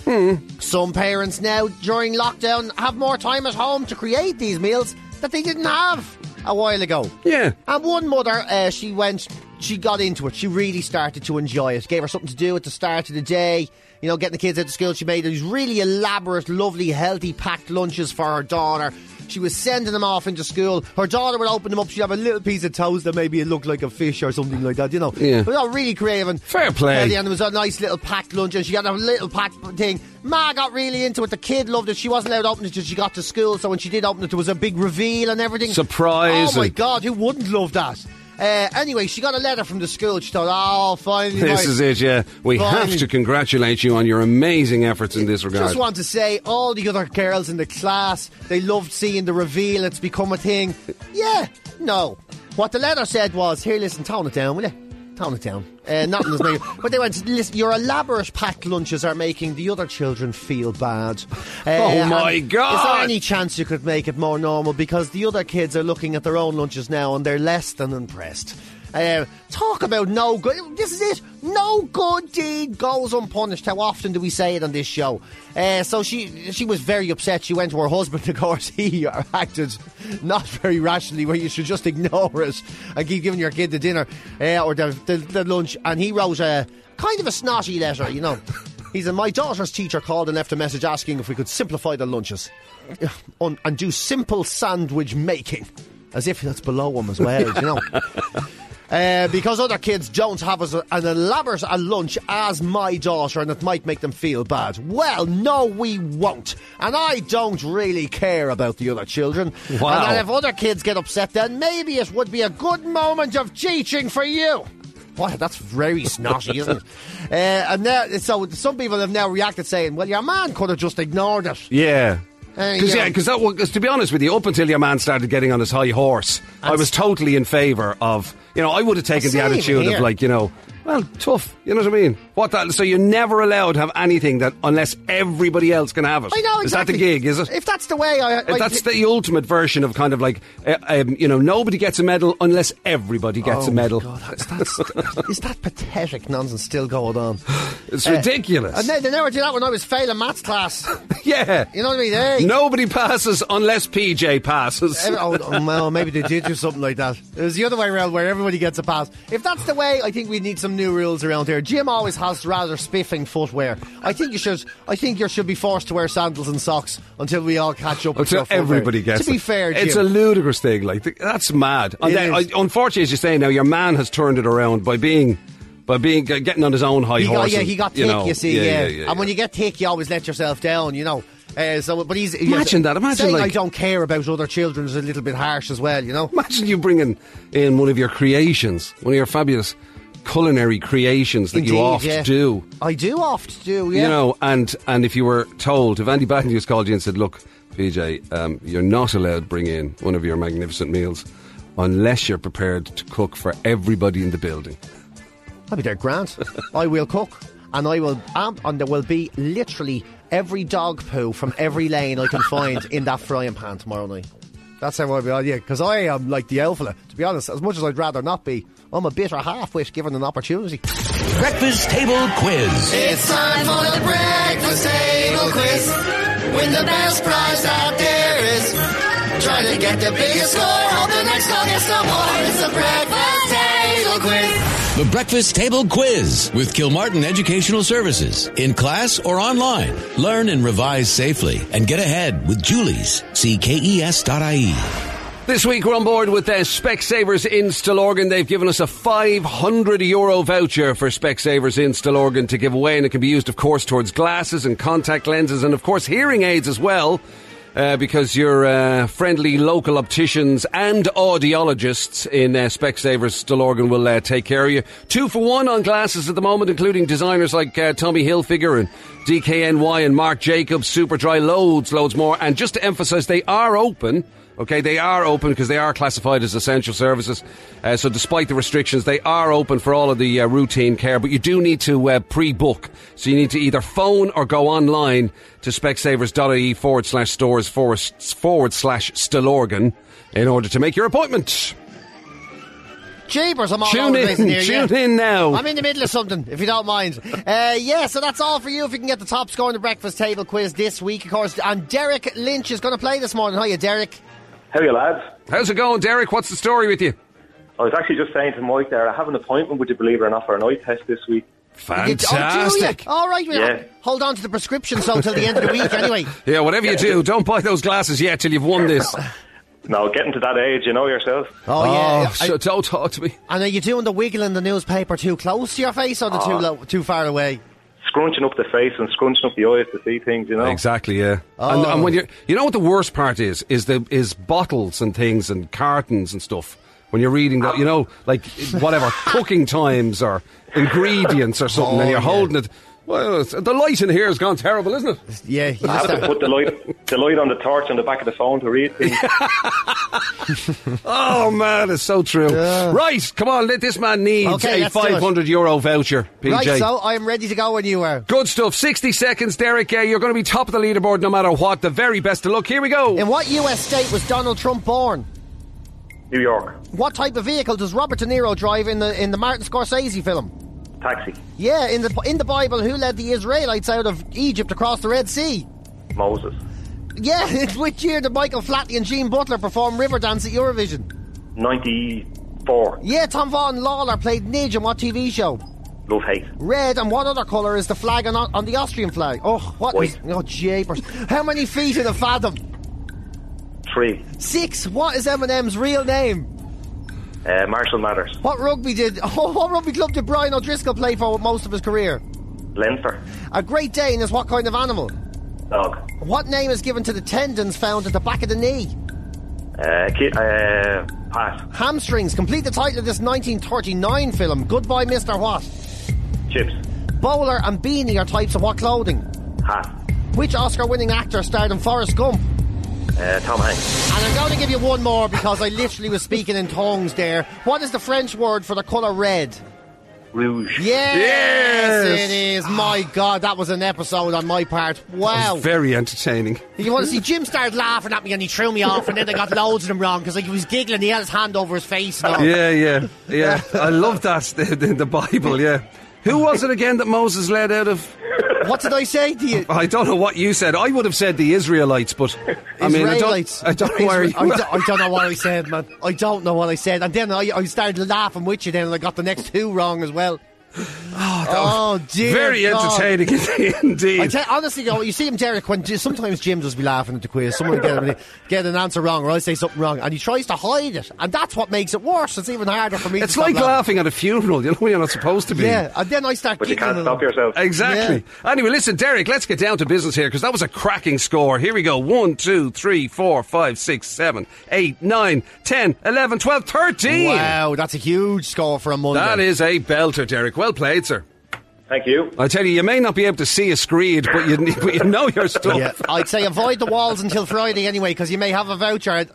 Speaker 2: Some parents now, during lockdown, have more time at home to create these meals that they didn't have a while ago.
Speaker 1: Yeah.
Speaker 2: And one mother, uh, she went, she got into it. She really started to enjoy it. Gave her something to do at the start of the day. You know, getting the kids out of school. She made these really elaborate, lovely, healthy, packed lunches for her daughter. She was sending them off into school. Her daughter would open them up. She'd have a little piece of toast that maybe it looked like a fish or something like that, you know.
Speaker 1: Yeah.
Speaker 2: But all really creative and
Speaker 1: Fair play.
Speaker 2: healthy, And it was a nice little packed lunch and she had a little packed thing. Ma got really into it. The kid loved it. She wasn't allowed to open it until she got to school. So when she did open it, there was a big reveal and everything.
Speaker 1: Surprise
Speaker 2: Oh my
Speaker 1: and-
Speaker 2: God, who wouldn't love that? Uh, anyway, she got a letter from the school. She thought, oh, finally.
Speaker 1: This
Speaker 2: right.
Speaker 1: is it. Yeah, we
Speaker 2: Fine.
Speaker 1: have to congratulate you on your amazing efforts in this regard.
Speaker 2: Just want to say, all the other girls in the class, they loved seeing the reveal. It's become a thing. Yeah, no. What the letter said was, here, listen, tone it down, will you? Tone it down. Uh, nothing is making. But they went, listen, your elaborate packed lunches are making the other children feel bad. Uh,
Speaker 1: Oh, my
Speaker 2: and
Speaker 1: God.
Speaker 2: Is there any chance you could make it more normal? Because the other kids are looking at their own lunches now and they're less than impressed. Uh, talk about no good. This is it. No good deed goes unpunished. How often do we say it on this show? Uh, so she she was very upset. She went to her husband. Of course, he acted not very rationally. Where you should just ignore it and keep giving your kid the dinner uh, or the, the, the lunch. And he wrote a kind of a snotty letter, you know. He said, My daughter's teacher called and left a message asking if we could simplify the lunches on, and do simple sandwich making. As if that's below him as well, you know. Uh, because other kids don't have as an elaborate a lunch as my daughter, and it might make them feel bad. Well, no, we won't. And I don't really care about the other children.
Speaker 1: Wow.
Speaker 2: And then if other kids get upset, then maybe it would be a good moment of teaching for you. What? That's very snotty, isn't it? Uh, and now, so some people have now reacted saying, "Well, your man could have just ignored it."
Speaker 1: yeah.
Speaker 2: Uh,
Speaker 1: Because
Speaker 2: yeah.
Speaker 1: yeah, because that because to be honest with you, up until your man started getting on his high horse, I was totally in favour of you know I would have taken the
Speaker 2: Same
Speaker 1: attitude
Speaker 2: here.
Speaker 1: of like you know well tough you know what I mean what that so you're never allowed to have anything that unless everybody else can have it
Speaker 2: I know exactly.
Speaker 1: is that the gig is it
Speaker 2: If that's the way, I, I
Speaker 1: If that's the ultimate version of kind of like, uh, um, you know, nobody gets a medal unless everybody gets a
Speaker 2: Oh
Speaker 1: medal.
Speaker 2: my God, that's, that's, is that pathetic nonsense still going on?
Speaker 1: It's
Speaker 2: Uh,
Speaker 1: ridiculous.
Speaker 2: And they, they never did that when I was failing maths class.
Speaker 1: yeah.
Speaker 2: You know what I mean? eh? Hey.
Speaker 1: Nobody passes unless PJ passes.
Speaker 2: Every- oh, oh, well, maybe they did do something like that. It was the other way around where everybody gets a pass. If that's the way, I think we need some new rules around here. Jim always has rather spiffing footwear. I think you should. I think you should be forced to wear sandals and socks until we all catch up. with
Speaker 1: Until
Speaker 2: your footwear.
Speaker 1: everybody gets
Speaker 2: To be
Speaker 1: it.
Speaker 2: fair, Jim.
Speaker 1: it's a ludicrous thing. Like th- that's mad. And
Speaker 2: It
Speaker 1: then, I,
Speaker 2: is.
Speaker 1: unfortunately, as you say now, your man has turned it around by being By being uh, getting on his own high
Speaker 2: he
Speaker 1: horse.
Speaker 2: got, yeah,
Speaker 1: and,
Speaker 2: he got thick,
Speaker 1: you
Speaker 2: you,
Speaker 1: know,
Speaker 2: see. Yeah,
Speaker 1: yeah,
Speaker 2: And when you get thick, you always let yourself down, you know. Uh, so, but he's he-
Speaker 1: Imagine that, imagine
Speaker 2: saying
Speaker 1: like-
Speaker 2: I don't care about other children is a little bit harsh as well, you know.
Speaker 1: Imagine you bringing in one of your creations, one of your fabulous culinary creations that you
Speaker 2: Indeed,
Speaker 1: oft
Speaker 2: yeah.
Speaker 1: do.
Speaker 2: I do oft do, yeah.
Speaker 1: You know, and and if you were told, if Andy Battendews called you and said, "Look, PJ, um, you're not allowed to bring in one of your magnificent meals unless you're prepared to cook for everybody in the building."
Speaker 2: I'll be there, Grant. I will cook, and I will amp, and there will be literally every dog poo from every lane I can find in that frying pan tomorrow night. That's how I'll be on, yeah, because I am like the alpha. To be honest, as much as I'd rather not be, I'm a bitter half-wit given an opportunity.
Speaker 8: Breakfast table quiz.
Speaker 9: It's time for the breakfast table quiz. Win the best prize out there is. Try to get the biggest score. Hope the next dog gets the award. It's the breakfast table quiz.
Speaker 8: The Breakfast Table Quiz with Kilmartin Educational Services. In class or online, learn and revise safely and get ahead with Julie's. E See KES.ie.
Speaker 1: This week we're on board with uh, Specsavers in Stillorgan. They've given us a 500 euro voucher for Specsavers in Stillorgan to give away, and it can be used, of course, towards glasses and contact lenses, and of course hearing aids as well. Uh, because your uh, friendly local opticians and audiologists in uh, Specsavers Stillorgan will uh, take care of you. Two for one on glasses at the moment, including designers like uh, Tommy Hilfiger and DKNY and Mark Jacobs, Superdry, loads, loads more. And just to emphasise, they are open. Okay, they are open because they are classified as essential services. Uh, so, despite the restrictions, they are open for all of the uh, routine care. But you do need to uh, pre-book, so you need to either phone or go online to specsavers.ie forward slash stores forward forward slash Stillorgan in order to make your appointment.
Speaker 2: Jeepers, I'm all
Speaker 1: Tune
Speaker 2: over the place
Speaker 1: in,
Speaker 2: here, yeah.
Speaker 1: tune in now.
Speaker 2: I'm in the middle of something, if you don't mind. Uh, yeah, so that's all for you. If you can get the top score in the breakfast table quiz this week, of course. And Derek Lynch is going to play this morning. Hiya, Derek.
Speaker 12: How are you, lads?
Speaker 1: How's it going, Derek? What's the story with you?
Speaker 12: I was actually just saying to Mike there, I have an appointment, would you believe it or not, for an eye test this week.
Speaker 2: Oh, do you? All right, well,
Speaker 1: Yeah.
Speaker 2: hold on to the prescription so till the end of the week, anyway.
Speaker 1: Yeah, whatever you do, don't buy those glasses yet till you've won this.
Speaker 12: No, getting to that age, you know yourself.
Speaker 2: Oh, yeah.
Speaker 1: so don't talk to me.
Speaker 2: And are you doing the wiggle in the newspaper too close to your face or the too
Speaker 12: Ah.
Speaker 2: low, too far away?
Speaker 12: Scrunching up the face and scrunching up the eyes to see things, you know.
Speaker 1: Exactly, yeah. And,
Speaker 12: Oh.
Speaker 1: and when you are you know what the worst part is is the is bottles and things and cartons and stuff. When you're reading that, you know, like whatever cooking times or ingredients or something, and
Speaker 12: Oh,
Speaker 1: you're
Speaker 12: yeah.
Speaker 1: holding it. Well, it's, the light in here has gone terrible, isn't it?
Speaker 2: Yeah,
Speaker 12: I have to put the light, the light on the torch on the back of the phone to read things.
Speaker 1: Oh man, it's so true. Right, come on, let this man needs
Speaker 2: Okay,
Speaker 1: a
Speaker 2: let's do it.
Speaker 1: 500 euro voucher. PJ.
Speaker 2: Right, so I'm ready to go when you are.
Speaker 1: Good stuff. 60 seconds, Derek. Uh, you're going to be top of the leaderboard no matter what. The very best of luck. Here we go.
Speaker 2: In what US state was Donald Trump born?
Speaker 12: New York,
Speaker 2: What type of vehicle does Robert De Niro drive in the in the Martin Scorsese film?
Speaker 12: taxi,
Speaker 2: Yeah, in the in the Bible, who led the Israelites out of Egypt across the Red Sea?
Speaker 12: Moses,
Speaker 2: Yeah, which year did Michael Flatley and Gene Butler perform Riverdance at Eurovision?
Speaker 12: 94,
Speaker 2: Yeah, Tom Vaughan Lawler played Nidge in what TV show?
Speaker 12: love, hate,
Speaker 2: Red and what other colour is the flag on, on the Austrian flag? Oh, what?
Speaker 12: White.
Speaker 2: oh, japers. How many feet in a fathom?
Speaker 12: three,
Speaker 2: Six. What is Eminem's real name?
Speaker 12: uh, Marshall Matters,
Speaker 2: What rugby did? Oh, what rugby club did Brian O'Driscoll play for most of his career?
Speaker 12: Leinster,
Speaker 2: A Great Dane is what kind of animal?
Speaker 12: dog,
Speaker 2: What name is given to the tendons found at the back of the knee?
Speaker 12: uh, kid, uh, pass,
Speaker 2: Hamstrings. Complete the title of this 1939 film. Goodbye, Mr. What?
Speaker 12: chips,
Speaker 2: Bowler and beanie are types of what clothing?
Speaker 12: hat,
Speaker 2: Which Oscar-winning actor starred in Forrest Gump?
Speaker 12: uh, Tom Hanks,
Speaker 2: And I'm going to give you one more because I literally was speaking in tongues there. What is the French word for the colour red?
Speaker 12: rouge.
Speaker 2: Yes,
Speaker 1: Yes.
Speaker 2: it is. My God, that was an episode on my part. Wow.
Speaker 1: Very entertaining.
Speaker 2: You want to see Jim started laughing at me and he threw me off, and then I got loads of them wrong because like, he was giggling. He had his hand over his face. And all.
Speaker 1: Yeah, yeah, yeah. I love that the, the, the Bible. Yeah. Who was it again that Moses led out of?
Speaker 2: What did I say to you?
Speaker 1: I don't know what you said. I would have said the Israelites, but I mean, I
Speaker 2: Israelites.
Speaker 1: don't, I don't know where you.
Speaker 2: Isra- I, don't, I don't know what I said, man. I don't know what I said. And then I, I started laughing with you then, and I got the next two wrong as well. Oh, dear
Speaker 1: very
Speaker 2: God.
Speaker 1: entertaining indeed.
Speaker 2: I tell, honestly, you, know, you see him, Derek, when sometimes Jim does be laughing at the quiz. Someone will get, him- get an answer wrong, or I say something wrong, and he tries to hide it. And that's what makes it worse. It's even harder for me to
Speaker 1: It's
Speaker 2: stop
Speaker 1: like
Speaker 2: laughing.
Speaker 1: laughing at a funeral, you know, when you're not supposed to be.
Speaker 2: Yeah, and then I start
Speaker 1: But you
Speaker 2: giggling
Speaker 1: can't
Speaker 2: a
Speaker 1: stop
Speaker 2: lot.
Speaker 1: yourself. Exactly. Anyway, listen, Derek, let's get down to business here because that was a cracking score. Here we go. 1, 2, 3, 4, 5, 6, 7, 8, 9, 10, 11, 12, 13.
Speaker 2: Wow, that's a huge score for a Monday.
Speaker 1: That is a belter, Derek. Well played, sir.
Speaker 12: Thank you.
Speaker 1: I tell you, you may not be able to see a screed, but you, but you know your stuff.
Speaker 2: Yeah, I'd say avoid the walls until Friday anyway, because you may have a voucher.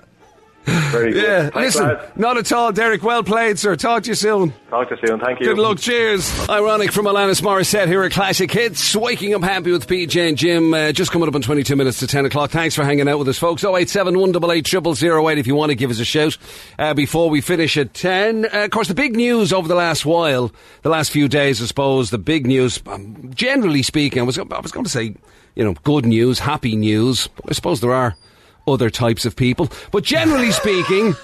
Speaker 12: Very good.
Speaker 1: Yeah,
Speaker 12: Thanks,
Speaker 1: listen,
Speaker 12: lads.
Speaker 1: not at all, Derek. Well played, sir. Talk to you soon.
Speaker 12: Talk to you soon. Thank you.
Speaker 1: Good luck. Cheers. Ironic from Alanis Morissette here at Classic Hits. Waking up happy with PJ and Jim. Uh, just coming up in 22 minutes to 10 o'clock. Thanks for hanging out with us, folks. 087 188 if you want to give us a shout uh, before we finish at 10. Uh, of course, the big news over the last while, the last few days, I suppose, the big news, um, generally speaking, I was, I was going to say, you know, good news, happy news, but I suppose there are other types of people. But generally speaking,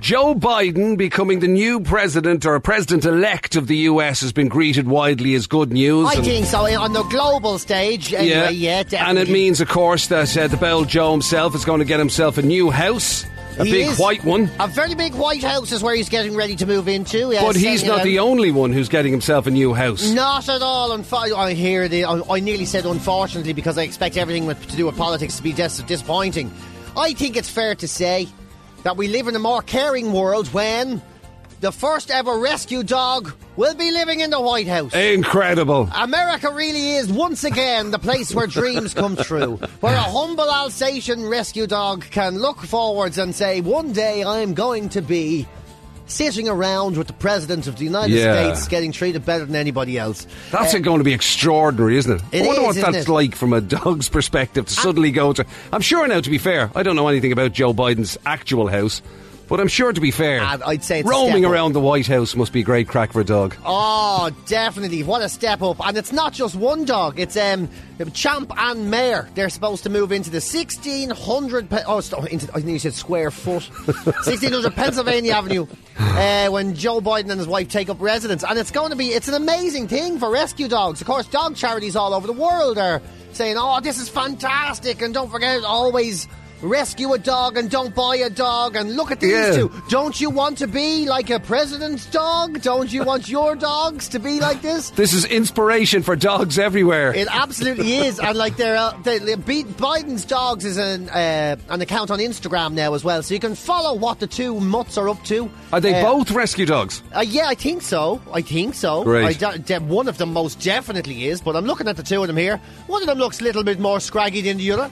Speaker 1: Joe Biden becoming the new president or president elect of the US has been greeted widely as good news.
Speaker 2: I
Speaker 1: And-
Speaker 2: think so, on the global stage. Anyway, yeah, definitely.
Speaker 1: and it means, of course, that uh, the Bell Joe himself is going to get himself a new house, a
Speaker 2: He
Speaker 1: big
Speaker 2: is.
Speaker 1: white one.
Speaker 2: A very big White House is where he's getting ready to move into. yes,
Speaker 1: but he's
Speaker 2: and,
Speaker 1: not
Speaker 2: um,
Speaker 1: the only one who's getting himself a new house.
Speaker 2: Not at all. Unfo- I hear the. I, I nearly said unfortunately because I expect everything with, to do with politics to be dis- disappointing. I think it's fair to say that we live in a more caring world when the first ever rescue dog will be living in the White House.
Speaker 1: Incredible.
Speaker 2: America really is once again the place where dreams come true, where a humble Alsatian rescue dog can look forwards and say, "One day I'm going to be." Sitting around with the President of the United
Speaker 1: Yeah.
Speaker 2: States getting treated better than anybody else.
Speaker 1: That's going to be extraordinary, isn't it?
Speaker 2: Uh, It
Speaker 1: I wonder
Speaker 2: is,
Speaker 1: what
Speaker 2: isn't
Speaker 1: that's
Speaker 2: it?
Speaker 1: like from a dog's perspective to suddenly go to. I'm sure now, to be fair, I don't know anything about Joe Biden's actual house, but I'm sure to be fair,
Speaker 2: I'd say Ah, it's a
Speaker 1: roaming
Speaker 2: step up.
Speaker 1: around the White House must be great crack for a dog.
Speaker 2: Oh, definitely. What a step up. And it's not just one dog. It's um Champ and Mare. They're supposed to move into the 1600 pe- oh, st- into, I think you said square foot. 1600 Pennsylvania Avenue uh, when Joe Biden and his wife take up residence. And it's going to be it's an amazing thing for rescue dogs. Of course, dog charities all over the world are saying, "Oh, this is fantastic." And don't forget always rescue a dog and don't buy a dog and look at these
Speaker 1: Yeah.
Speaker 2: two. Don't you want to be like a president's dog? Don't you want your dogs to be like this?
Speaker 1: This is inspiration for dogs everywhere.
Speaker 2: It absolutely is, and like they're, uh, they they beat Biden's dogs is an uh, an account on Instagram now as well, so you can follow what the two mutts are up to.
Speaker 1: Are they
Speaker 2: Uh,
Speaker 1: both rescue dogs?
Speaker 2: Uh, yeah, I think so. I think so.
Speaker 1: Great.
Speaker 2: I do- de- one of them most definitely is, but I'm looking at the two of them here. One of them looks a little bit more scraggy than the other.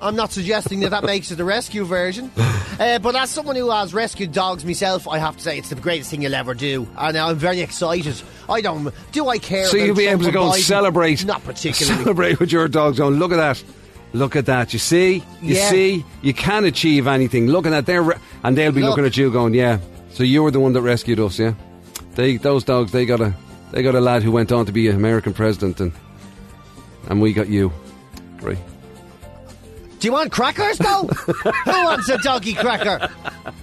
Speaker 2: I'm not suggesting that that makes it the rescue version. Uh, but as someone who has rescued dogs myself, I have to say it's the greatest thing you'll ever do. And I'm very excited. I don't. Do I care?
Speaker 1: So
Speaker 2: about
Speaker 1: you'll be
Speaker 2: Trump
Speaker 1: able to go and
Speaker 2: Biden?
Speaker 1: celebrate.
Speaker 2: Not particularly.
Speaker 1: Celebrate with your dog going, look at that. Look at that. You see? You
Speaker 2: Yeah.
Speaker 1: see? You can achieve anything. Look at that. They're re- and they'll be
Speaker 2: Look.
Speaker 1: looking at you going, yeah. So you were the one that rescued us, yeah? They Those dogs, they got a they got a lad who went on to be an American president and and we got you. Great.
Speaker 2: Do you want crackers though? Who wants a doggy cracker?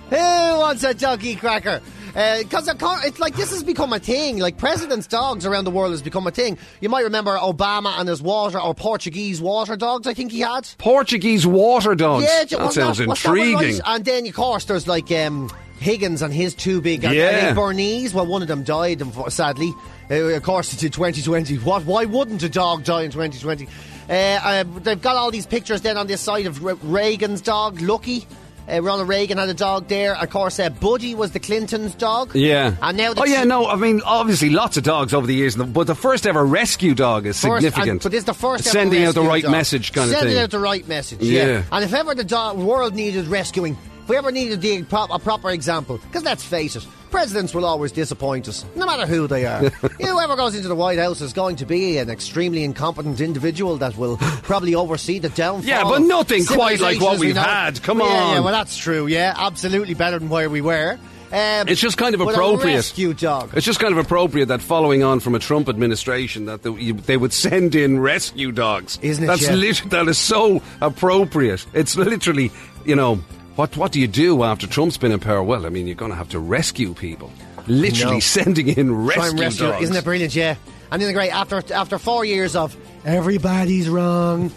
Speaker 2: Who wants a doggy cracker? Uh, Because it's like this has become a thing. Like presidents' dogs around the world has become a thing. You might remember Obama and his water or Portuguese water dogs. I think he had.
Speaker 1: Portuguese water dogs.
Speaker 2: Yeah,
Speaker 1: that
Speaker 2: wasn't
Speaker 1: sounds
Speaker 2: was that one
Speaker 1: intriguing.
Speaker 2: right? And then, of course, there's like um, Higgins and his two big uh, and,
Speaker 1: Yeah.
Speaker 2: and then Bernese. Well, one of them died, unfo- sadly. Uh, of course, it's in 2020. What? Why wouldn't a dog die in 2020? Uh, uh, they've got all these pictures then on this side of Re- Reagan's dog, Lucky. Uh, Ronald Reagan had a dog there. Of course, uh, Buddy was the Clintons' dog.
Speaker 1: Yeah.
Speaker 2: And now the
Speaker 1: oh, yeah,
Speaker 2: chi-
Speaker 1: no, I mean, obviously lots of dogs over the years, but the first ever rescue dog is
Speaker 2: First-
Speaker 1: significant.
Speaker 2: and- but this is the first ever
Speaker 1: Sending out the
Speaker 2: rescue
Speaker 1: right
Speaker 2: dog.
Speaker 1: message kind
Speaker 2: Sending
Speaker 1: of thing.
Speaker 2: out the right message.
Speaker 1: Yeah.
Speaker 2: Yeah. And if ever the dog, world needed rescuing, if we ever needed the, pro- a proper example, because let's face it, presidents will always disappoint us, no matter who they are. Whoever goes into the White House is going to be an extremely incompetent individual that will probably oversee the downfall.
Speaker 1: Yeah, but
Speaker 2: of
Speaker 1: nothing quite like what
Speaker 2: civilization as
Speaker 1: we've
Speaker 2: we know it.
Speaker 1: had. Come
Speaker 2: Yeah, Yeah,
Speaker 1: on.
Speaker 2: well, that's true. Yeah, absolutely better than where we were. Um,
Speaker 1: It's just kind of
Speaker 2: but a
Speaker 1: appropriate.
Speaker 2: rescue dog.
Speaker 1: It's just kind of appropriate that following on from a Trump administration that the, you, they would send in rescue dogs.
Speaker 2: Isn't it,
Speaker 1: That's
Speaker 2: yeah?
Speaker 1: lit- that is so appropriate. It's literally, you know, what what do you do after Trump's been in power? Well, I mean, you're going to have to rescue people. Literally
Speaker 2: No.
Speaker 1: sending in
Speaker 2: Try
Speaker 1: rescue,
Speaker 2: and rescue.
Speaker 1: dogs.
Speaker 2: Isn't it brilliant? Yeah. And then the great after after four years of everybody's wrong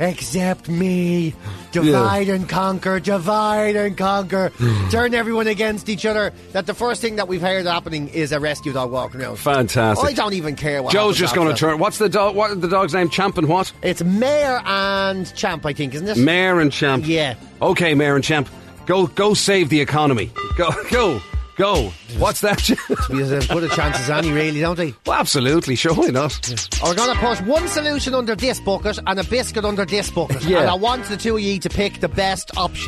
Speaker 2: except me, divide and conquer, divide and conquer, turn everyone against each other. That the first thing that we've heard happening is a rescue dog walking around.
Speaker 1: Fantastic.
Speaker 2: Oh, I don't even care what.
Speaker 1: Joe's just going to
Speaker 2: to
Speaker 1: turn. What's the dog? What the dog's name? Champ and what?
Speaker 2: It's Mayor and Champ, I think, isn't it?
Speaker 1: Mayor and Champ.
Speaker 2: Yeah.
Speaker 1: Okay, Mayor and Champ, go go save the economy. Go go go. What's that?
Speaker 2: Because as good a chance as any, really, don't they?
Speaker 1: Well, absolutely. Sure, why not?
Speaker 2: We're going to put one solution under this bucket and a biscuit under this bucket.
Speaker 1: Yeah.
Speaker 2: And I want the two of you to pick the best option.